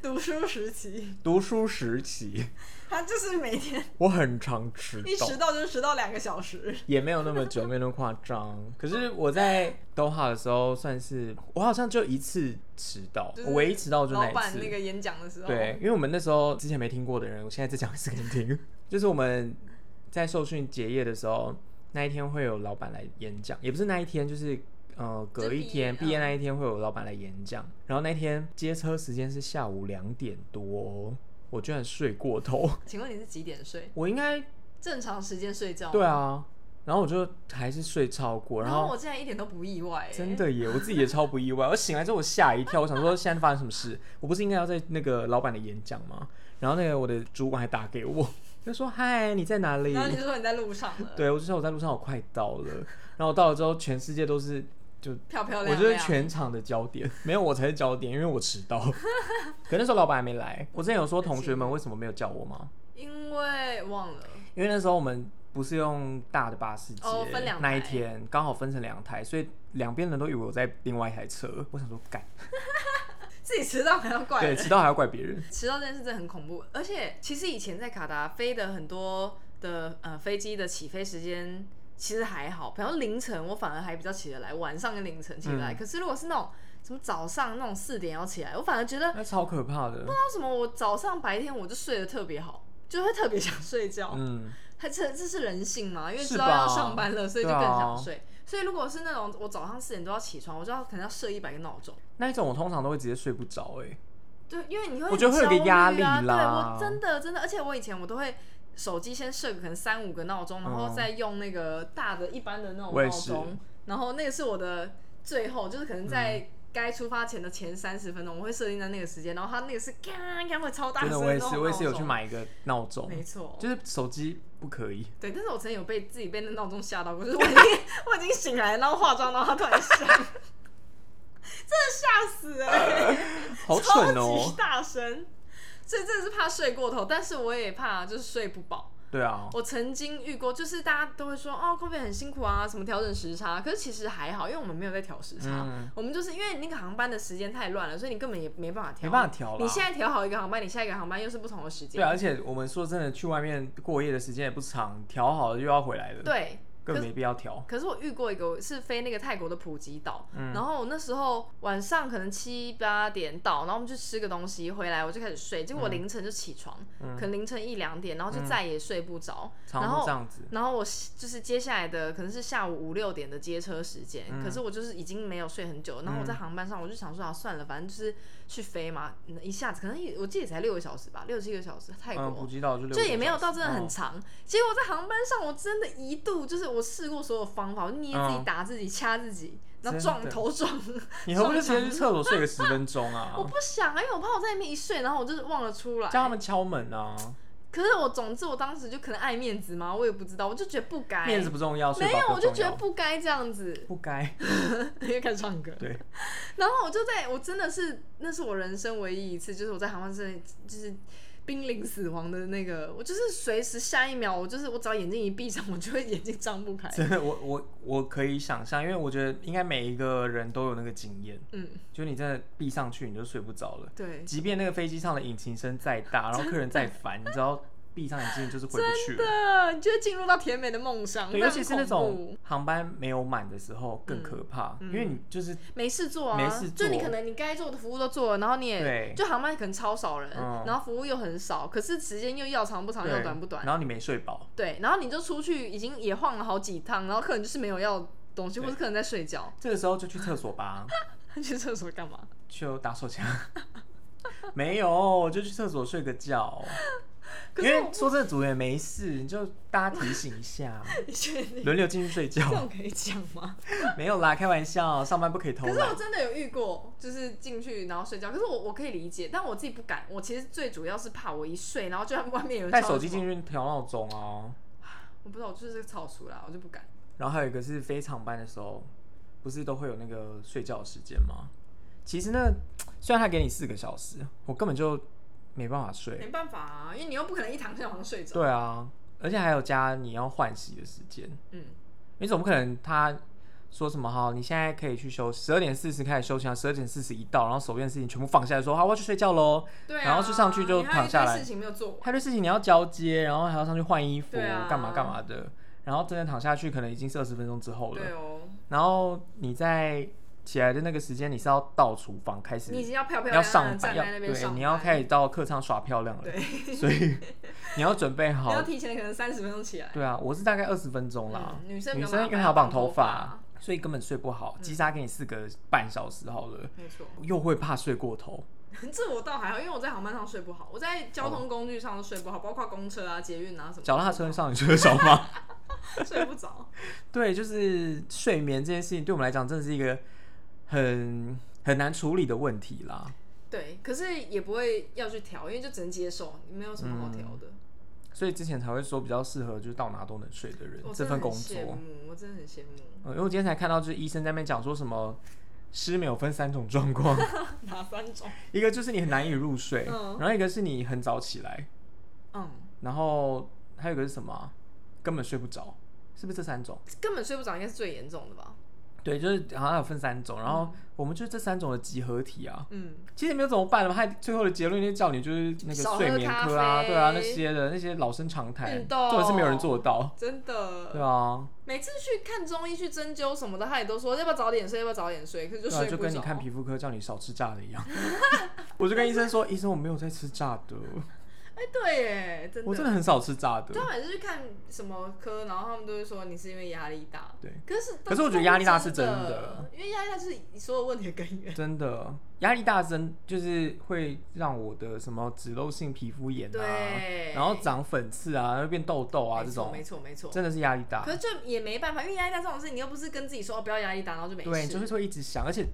Speaker 1: 读书时期，
Speaker 2: 读书时期，
Speaker 1: 他就是每天
Speaker 2: 我很常迟
Speaker 1: 一
Speaker 2: 到
Speaker 1: 迟，到就是迟到两个小时。
Speaker 2: 也没有那么久，没有那么夸张。可是我在 Doha 的时候，算是我好像就一次迟到，
Speaker 1: 就是
Speaker 2: 我唯一迟到哦就那
Speaker 1: 老
Speaker 2: 一
Speaker 1: 板
Speaker 2: 次。
Speaker 1: 那个演讲的时候，
Speaker 2: 对，，因为我们那时候之前没听过的人，我现在再讲一次给你听。 就是我们在受训结业的时候，那一天会有老板来演讲，也不是那一天，就是呃
Speaker 1: 就
Speaker 2: 隔
Speaker 1: 毕
Speaker 2: 一
Speaker 1: 业
Speaker 2: 天，毕业
Speaker 1: 嗯
Speaker 2: 那一天会有老板来演讲。然后那天接车时间是下午两点多哦、我居然睡 过头，
Speaker 1: 请问你是几点睡？
Speaker 2: 我应该
Speaker 1: 正常时间睡觉？
Speaker 2: 对。啊，然后我就还是睡超过，
Speaker 1: 然
Speaker 2: 然
Speaker 1: 后
Speaker 2: 后
Speaker 1: 我竟然一点都不意外、欸，
Speaker 2: 真。的耶，我自己也超不意外。我醒来之后我吓一跳，我想说现在发生什么事？我不是应该要在那个老板的演讲吗？然后那个我的主管还打给我，就说嗨你在哪里
Speaker 1: 然？后你就说你在路上了，
Speaker 2: 对我就说我在路上，我快到了。然后我到了之后，全世界都是就
Speaker 1: 漂漂亮
Speaker 2: 我
Speaker 1: 亮。
Speaker 2: 就是全场的焦点，没有我才是焦点，因为我迟 到。可那时候老板还没来。我之前有说同学们为什么没有叫我吗？
Speaker 1: 因为忘了，
Speaker 2: 因为那时候我们不是用大的巴士接，
Speaker 1: 哦分两台
Speaker 2: 那一天刚好分成两台，所以两边人都以为我在另外一台车。我想说，干，
Speaker 1: 自己迟到还要怪
Speaker 2: 对，
Speaker 1: 人，
Speaker 2: 迟到还要怪别人。
Speaker 1: 迟到这件事真的很恐怖。而且其实以前在卡达飞的很多的呃飞机的起飞时间其实还好，比方说凌晨我反而还比较起得来，晚上跟凌晨起得来。
Speaker 2: 嗯
Speaker 1: 可是如果是那种什么早上那种四点要起来，我反而觉得不知啊
Speaker 2: 那超可怕的。
Speaker 1: 道为什么我早上白天我就睡得特别好，就会特别想睡觉。
Speaker 2: 嗯，
Speaker 1: 他这这是人性嘛？因为
Speaker 2: 是
Speaker 1: 知道要
Speaker 2: 吧
Speaker 1: 上班了，所以就
Speaker 2: 对
Speaker 1: 更
Speaker 2: 啊
Speaker 1: 想睡。所以如果是那种我早上四点都要起床，我就要可能要设一百个闹钟。
Speaker 2: 那一种我通常都会直接睡不着、哎，
Speaker 1: 对，因为你会、
Speaker 2: 我觉得会有一个压力
Speaker 1: 啊。对
Speaker 2: 啦
Speaker 1: 我真的真的，而且我以前我都会手机先设个可能三五个闹钟，然后
Speaker 2: 嗯
Speaker 1: 再用那个大的一般的那种
Speaker 2: 我
Speaker 1: 闹
Speaker 2: 也是
Speaker 1: 钟，然后那个是我的最后，就是可能
Speaker 2: 嗯
Speaker 1: 在该出发前的前三十分钟，我会设定在那个时间，然后它那个是咔咔会超大
Speaker 2: 真
Speaker 1: 声
Speaker 2: 的
Speaker 1: 那
Speaker 2: 我也
Speaker 1: 种
Speaker 2: 是，我也是有
Speaker 1: 闹
Speaker 2: 去
Speaker 1: 钟，
Speaker 2: 买一个闹钟，
Speaker 1: 没错，
Speaker 2: 就是手机不 可以。
Speaker 1: 对，但是我曾经有被自己被那闹钟吓到过，就是我已经我已经醒来，然后化妆，然后它突然响， 真的吓死哎、
Speaker 2: 好
Speaker 1: 超
Speaker 2: 蠢
Speaker 1: 级
Speaker 2: 哦、
Speaker 1: 大声。所以真的是怕睡过头，但是我也怕就是睡不饱。
Speaker 2: 对啊，
Speaker 1: 我曾经遇过，就是大家都会说哦，空飞很辛苦啊，什么调整时差，可是其实还好，因为我们没有在调时差。
Speaker 2: 嗯
Speaker 1: 我们就是因为那个航班的时间太乱了，所以你根本也没办法调，
Speaker 2: 没办法调啦
Speaker 1: 你现在调好一个航班，你下一个航班又是不同的时间
Speaker 2: 对啊，，而且我们说真的，去外面过夜的时间也不长，调好了又要回来了，，
Speaker 1: 对，
Speaker 2: 根本没必要调。
Speaker 1: 可是我遇过一个是飞那个泰国的普吉岛，
Speaker 2: 嗯
Speaker 1: 然后我那时候晚上可能七八点到，然后我们去吃个东西，回来我就开始睡，
Speaker 2: 嗯
Speaker 1: 结果我凌晨就起床，可能凌晨一两点，然后就再也睡不着，
Speaker 2: 常
Speaker 1: 然
Speaker 2: 常
Speaker 1: 后
Speaker 2: 这样子，
Speaker 1: 然后我就是接下来的可能是下午五六点的接车时间，
Speaker 2: 嗯
Speaker 1: 可是我就是已经没有睡很久，然后我在航班上我就想说啊算了，反正就是去飞嘛，嗯一下子可能也我记得也才六个小时吧，六七个小时泰国。
Speaker 2: 嗯，普吉岛就六
Speaker 1: 就
Speaker 2: 个
Speaker 1: 也没有
Speaker 2: 小时
Speaker 1: 到真的很
Speaker 2: 哦
Speaker 1: 长。结果在航班上，我真的一度就是我试过所有方法，我捏自己、
Speaker 2: 嗯
Speaker 1: 打自己、掐自己，然后
Speaker 2: 真
Speaker 1: 撞
Speaker 2: 的
Speaker 1: 头撞。
Speaker 2: 你何不就直接去厕所睡个十分钟啊
Speaker 1: 我？不想啊，因为我怕我在那边一睡，然后我就是忘了出来。
Speaker 2: 叫他们敲门啊，
Speaker 1: 可是我总之我当时就可能爱面子嘛，我也不知道，我就觉得不该。
Speaker 2: 面子不重要，睡
Speaker 1: 哎没
Speaker 2: 饱
Speaker 1: 有，
Speaker 2: 更
Speaker 1: 我就
Speaker 2: 重
Speaker 1: 觉得
Speaker 2: 要
Speaker 1: 不该这样 子，
Speaker 2: 不该，
Speaker 1: 因为开始唱歌。
Speaker 2: 对，
Speaker 1: 然后我就在我真的是，那是我人生唯一一次，就是我在航班上就是濒临死亡的那个，我就是随时下一秒，我就是我只要眼睛一闭上，我就会眼睛张不开。
Speaker 2: 真的，我我我可以想象，因为我觉得应该每一个人都有那个经验，
Speaker 1: 嗯，
Speaker 2: 就你真的闭上去你就睡不着了，
Speaker 1: 对，
Speaker 2: 即便那个飞机上的引擎声再大，然后客人再烦，你知道闭上眼睛就是回不去了。
Speaker 1: 的，呃你就会进入到甜美的梦乡，
Speaker 2: 对，
Speaker 1: 那
Speaker 2: 尤
Speaker 1: 很
Speaker 2: 其是
Speaker 1: 恐
Speaker 2: 那种
Speaker 1: 怖嗯
Speaker 2: 航班没有满的时候更可怕，因为你就是
Speaker 1: 没事做啊，
Speaker 2: 没事做
Speaker 1: 就你可能你该做的服务都做了，然后你也
Speaker 2: 对
Speaker 1: 就航班可能超少人，
Speaker 2: 嗯
Speaker 1: 然后服务又很少，可是时间又要长不长，
Speaker 2: 对
Speaker 1: 要短不短，
Speaker 2: 然后你没睡饱，
Speaker 1: 对，然后你就出去已经也晃了好几趟，然后客人就是没有要东西，
Speaker 2: 对
Speaker 1: 或者客人在睡觉，
Speaker 2: 这个时候就去厕所吧，
Speaker 1: 去厕所干嘛？
Speaker 2: 就打手枪。 没有，就去厕所睡个觉。
Speaker 1: 可
Speaker 2: 因
Speaker 1: 是
Speaker 2: 为
Speaker 1: 我
Speaker 2: 说真的，组员没事，你就大家提醒一下，
Speaker 1: 你确定
Speaker 2: 轮流进去睡
Speaker 1: 这
Speaker 2: 觉。
Speaker 1: 种可以讲 吗？
Speaker 2: 没有啦，开玩笑，上班不可以偷
Speaker 1: 可是我
Speaker 2: 懒。
Speaker 1: 真的有遇过，就是进去然后睡觉，可是我我可以理解，但我自己不敢，我其实最主要是怕我一睡，然后就在外面有人
Speaker 2: 带
Speaker 1: 敲
Speaker 2: 手机
Speaker 1: 什么
Speaker 2: 进去调闹钟哦。
Speaker 1: 我不知道，我就是草书啦，我就不敢。
Speaker 2: 然后还有一个是非常班的时候，不是都会有那个睡觉时间吗？其实呢，虽然他给你四个小时，我根本就没办法睡。
Speaker 1: 没办法啊，因为你又不可能一躺下马上睡着。
Speaker 2: 对啊，而且还有加你要换洗的时间，
Speaker 1: 嗯，
Speaker 2: 你总不可能他说什么好，你现在可以去休息，十二点四十开始休息啊，十二点四十一到，然后手边的事情全部放下来说好，我要去睡觉喽。
Speaker 1: 对啊。
Speaker 2: 然后就上去就
Speaker 1: 你还有一
Speaker 2: 躺下来
Speaker 1: 堆事情没有做完。
Speaker 2: 还有事情你要交接，然后还要上去换衣服，
Speaker 1: 对啊
Speaker 2: 干嘛干嘛的。然后真的躺下去，可能已经是二十分钟之后了。
Speaker 1: 对哦，
Speaker 2: 然后你在起来的那个时间，你是要到厨房开始，
Speaker 1: 你已经要漂漂
Speaker 2: 要
Speaker 1: 亮亮
Speaker 2: 上
Speaker 1: 地
Speaker 2: 班，
Speaker 1: 站
Speaker 2: 要
Speaker 1: 在那边上
Speaker 2: 对，
Speaker 1: 班，
Speaker 2: 你要开始到客舱耍漂亮了， 所以你要准备
Speaker 1: 你要
Speaker 2: 好。
Speaker 1: 提前可能三十分钟起来。
Speaker 2: 对啊，我是大概二十分钟啦。
Speaker 1: 嗯女生比
Speaker 2: 女
Speaker 1: 较麻
Speaker 2: 生
Speaker 1: 烦
Speaker 2: 因为还要绑
Speaker 1: 绑
Speaker 2: 头
Speaker 1: 头嗯
Speaker 2: 发，所以根本睡不好。击杀给你四个半小时好了，
Speaker 1: 没错，
Speaker 2: 又会怕睡过头。
Speaker 1: 这我倒还好，因为我在航班上睡不好，我在交通工具上都睡不好，包括公车啊、捷运啊什么，
Speaker 2: 脚踏车上你睡得着吗？
Speaker 1: 睡不着。
Speaker 2: 对，就是睡眠这件事情对我们来讲，真的是一个很很难处理的问题啦。
Speaker 1: 对，可是也不会要去调，因为就只能接受，没有什么好调的。
Speaker 2: 所以之前才会说比较适合就是到哪都能睡的人
Speaker 1: 我
Speaker 2: 这
Speaker 1: 真的
Speaker 2: 份
Speaker 1: 很
Speaker 2: 工
Speaker 1: 羡
Speaker 2: 作。
Speaker 1: 慕，我真的很羡慕。
Speaker 2: 嗯，因为我今天才看到，就是医生在那边讲说什么失眠有分三种状况，
Speaker 1: 哪三种？
Speaker 2: 一个就是你很难以入睡，
Speaker 1: 嗯
Speaker 2: 然后一个是你很早起来，
Speaker 1: 嗯，
Speaker 2: 然后还有一个是什么啊、根本睡不着，是不是这三种？
Speaker 1: 根本睡不着，应该是最严重的吧？
Speaker 2: 对，就是好像有分三种，然后我们就是这三种的集合体啊。
Speaker 1: 嗯，
Speaker 2: 其实也没有怎么办了，他最后的结论就叫你就是那个
Speaker 1: 少喝
Speaker 2: 睡眠科
Speaker 1: 咖
Speaker 2: 啊，
Speaker 1: 啡
Speaker 2: 对啊那些的那些老生常谈，
Speaker 1: 运动
Speaker 2: 重点是没有人做得到，
Speaker 1: 真的
Speaker 2: 对，啊，
Speaker 1: 每次去看中医去针灸什么的，他也都说要不要早点睡，要不要早点睡，可是就
Speaker 2: 对啊，
Speaker 1: 睡
Speaker 2: 就
Speaker 1: 不
Speaker 2: 跟你
Speaker 1: 着。
Speaker 2: 看皮肤科叫你少吃炸 的一样。我就跟医生说，医生我没有在吃炸的，
Speaker 1: 哎，对耶，真
Speaker 2: 我
Speaker 1: 的
Speaker 2: 真。的很少吃炸的
Speaker 1: 他。每次去看什么科，然后他们都会说你是因为压力大。
Speaker 2: 对，
Speaker 1: 可是
Speaker 2: 可是我觉得压力大是
Speaker 1: 真
Speaker 2: 真
Speaker 1: 的
Speaker 2: 的，
Speaker 1: 因为压力大是所有问题的根源。
Speaker 2: 真的压力大增，就是会让我的什么脂漏性皮肤炎啊，
Speaker 1: 对，
Speaker 2: 然后长粉刺啊，会变痘痘啊，
Speaker 1: 没
Speaker 2: 这
Speaker 1: 错
Speaker 2: 种
Speaker 1: 没错没错。
Speaker 2: 真的啊是压力大
Speaker 1: 可。是就也没办法，因为压力大这种事，你又不是跟自己说哦不要压力大，然后就没事。
Speaker 2: 对，你就是会一直想，而且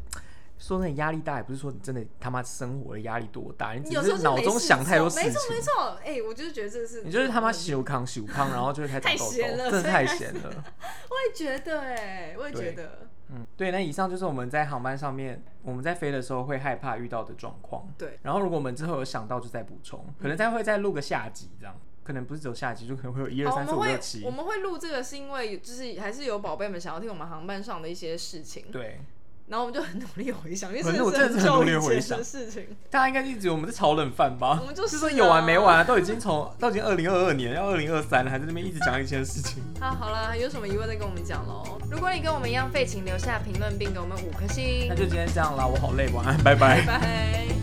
Speaker 2: 说真的，压力大也不是说你真的他妈生活的压力多大，你只
Speaker 1: 有时候
Speaker 2: 是脑中想太多事
Speaker 1: 没
Speaker 2: 情
Speaker 1: 错，没错，哎、我就是觉得这个是，
Speaker 2: 你就是他妈羞康羞康，然后就会开始长
Speaker 1: 太
Speaker 2: 痘痘，
Speaker 1: 闲了
Speaker 2: 真的太闲 了。
Speaker 1: 我也觉得、哎，我也觉
Speaker 2: 对
Speaker 1: 得，
Speaker 2: 嗯，对，那以上就是我们在航班上面，我们在飞的时候会害怕遇到的状况。
Speaker 1: 对，嗯
Speaker 2: 然后如果我们之后有想到，就再补充，可能再会再录个下集这样，可能不是只有下集，就可能会有一二
Speaker 1: 好，哦我
Speaker 2: 三四
Speaker 1: 们
Speaker 2: 五六
Speaker 1: 会
Speaker 2: 七
Speaker 1: 我。们会录这个是因为就是还是有宝贝们想要听我们航班上的一些事情，
Speaker 2: 对，
Speaker 1: 然后我们就很努力回想，因为
Speaker 2: 可
Speaker 1: 真
Speaker 2: 是
Speaker 1: 的
Speaker 2: 我
Speaker 1: 是
Speaker 2: 真的是很
Speaker 1: 久
Speaker 2: 努力
Speaker 1: 以
Speaker 2: 回
Speaker 1: 前的
Speaker 2: 想
Speaker 1: 事情，
Speaker 2: 大家应该一直以为我们是炒冷饭吧？
Speaker 1: 我们就是啊
Speaker 2: 说有完没完啊，都已经从都已经二零二二年要二零二三了，还在那边一直讲以前的事情。
Speaker 1: 啊，好啦，有什么疑问再跟我们讲喽。如果你跟我们一样废，请留下评论并给我们五颗星
Speaker 2: 那，就今天这样啦，我好累，晚安，拜拜
Speaker 1: 拜。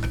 Speaker 1: 拜。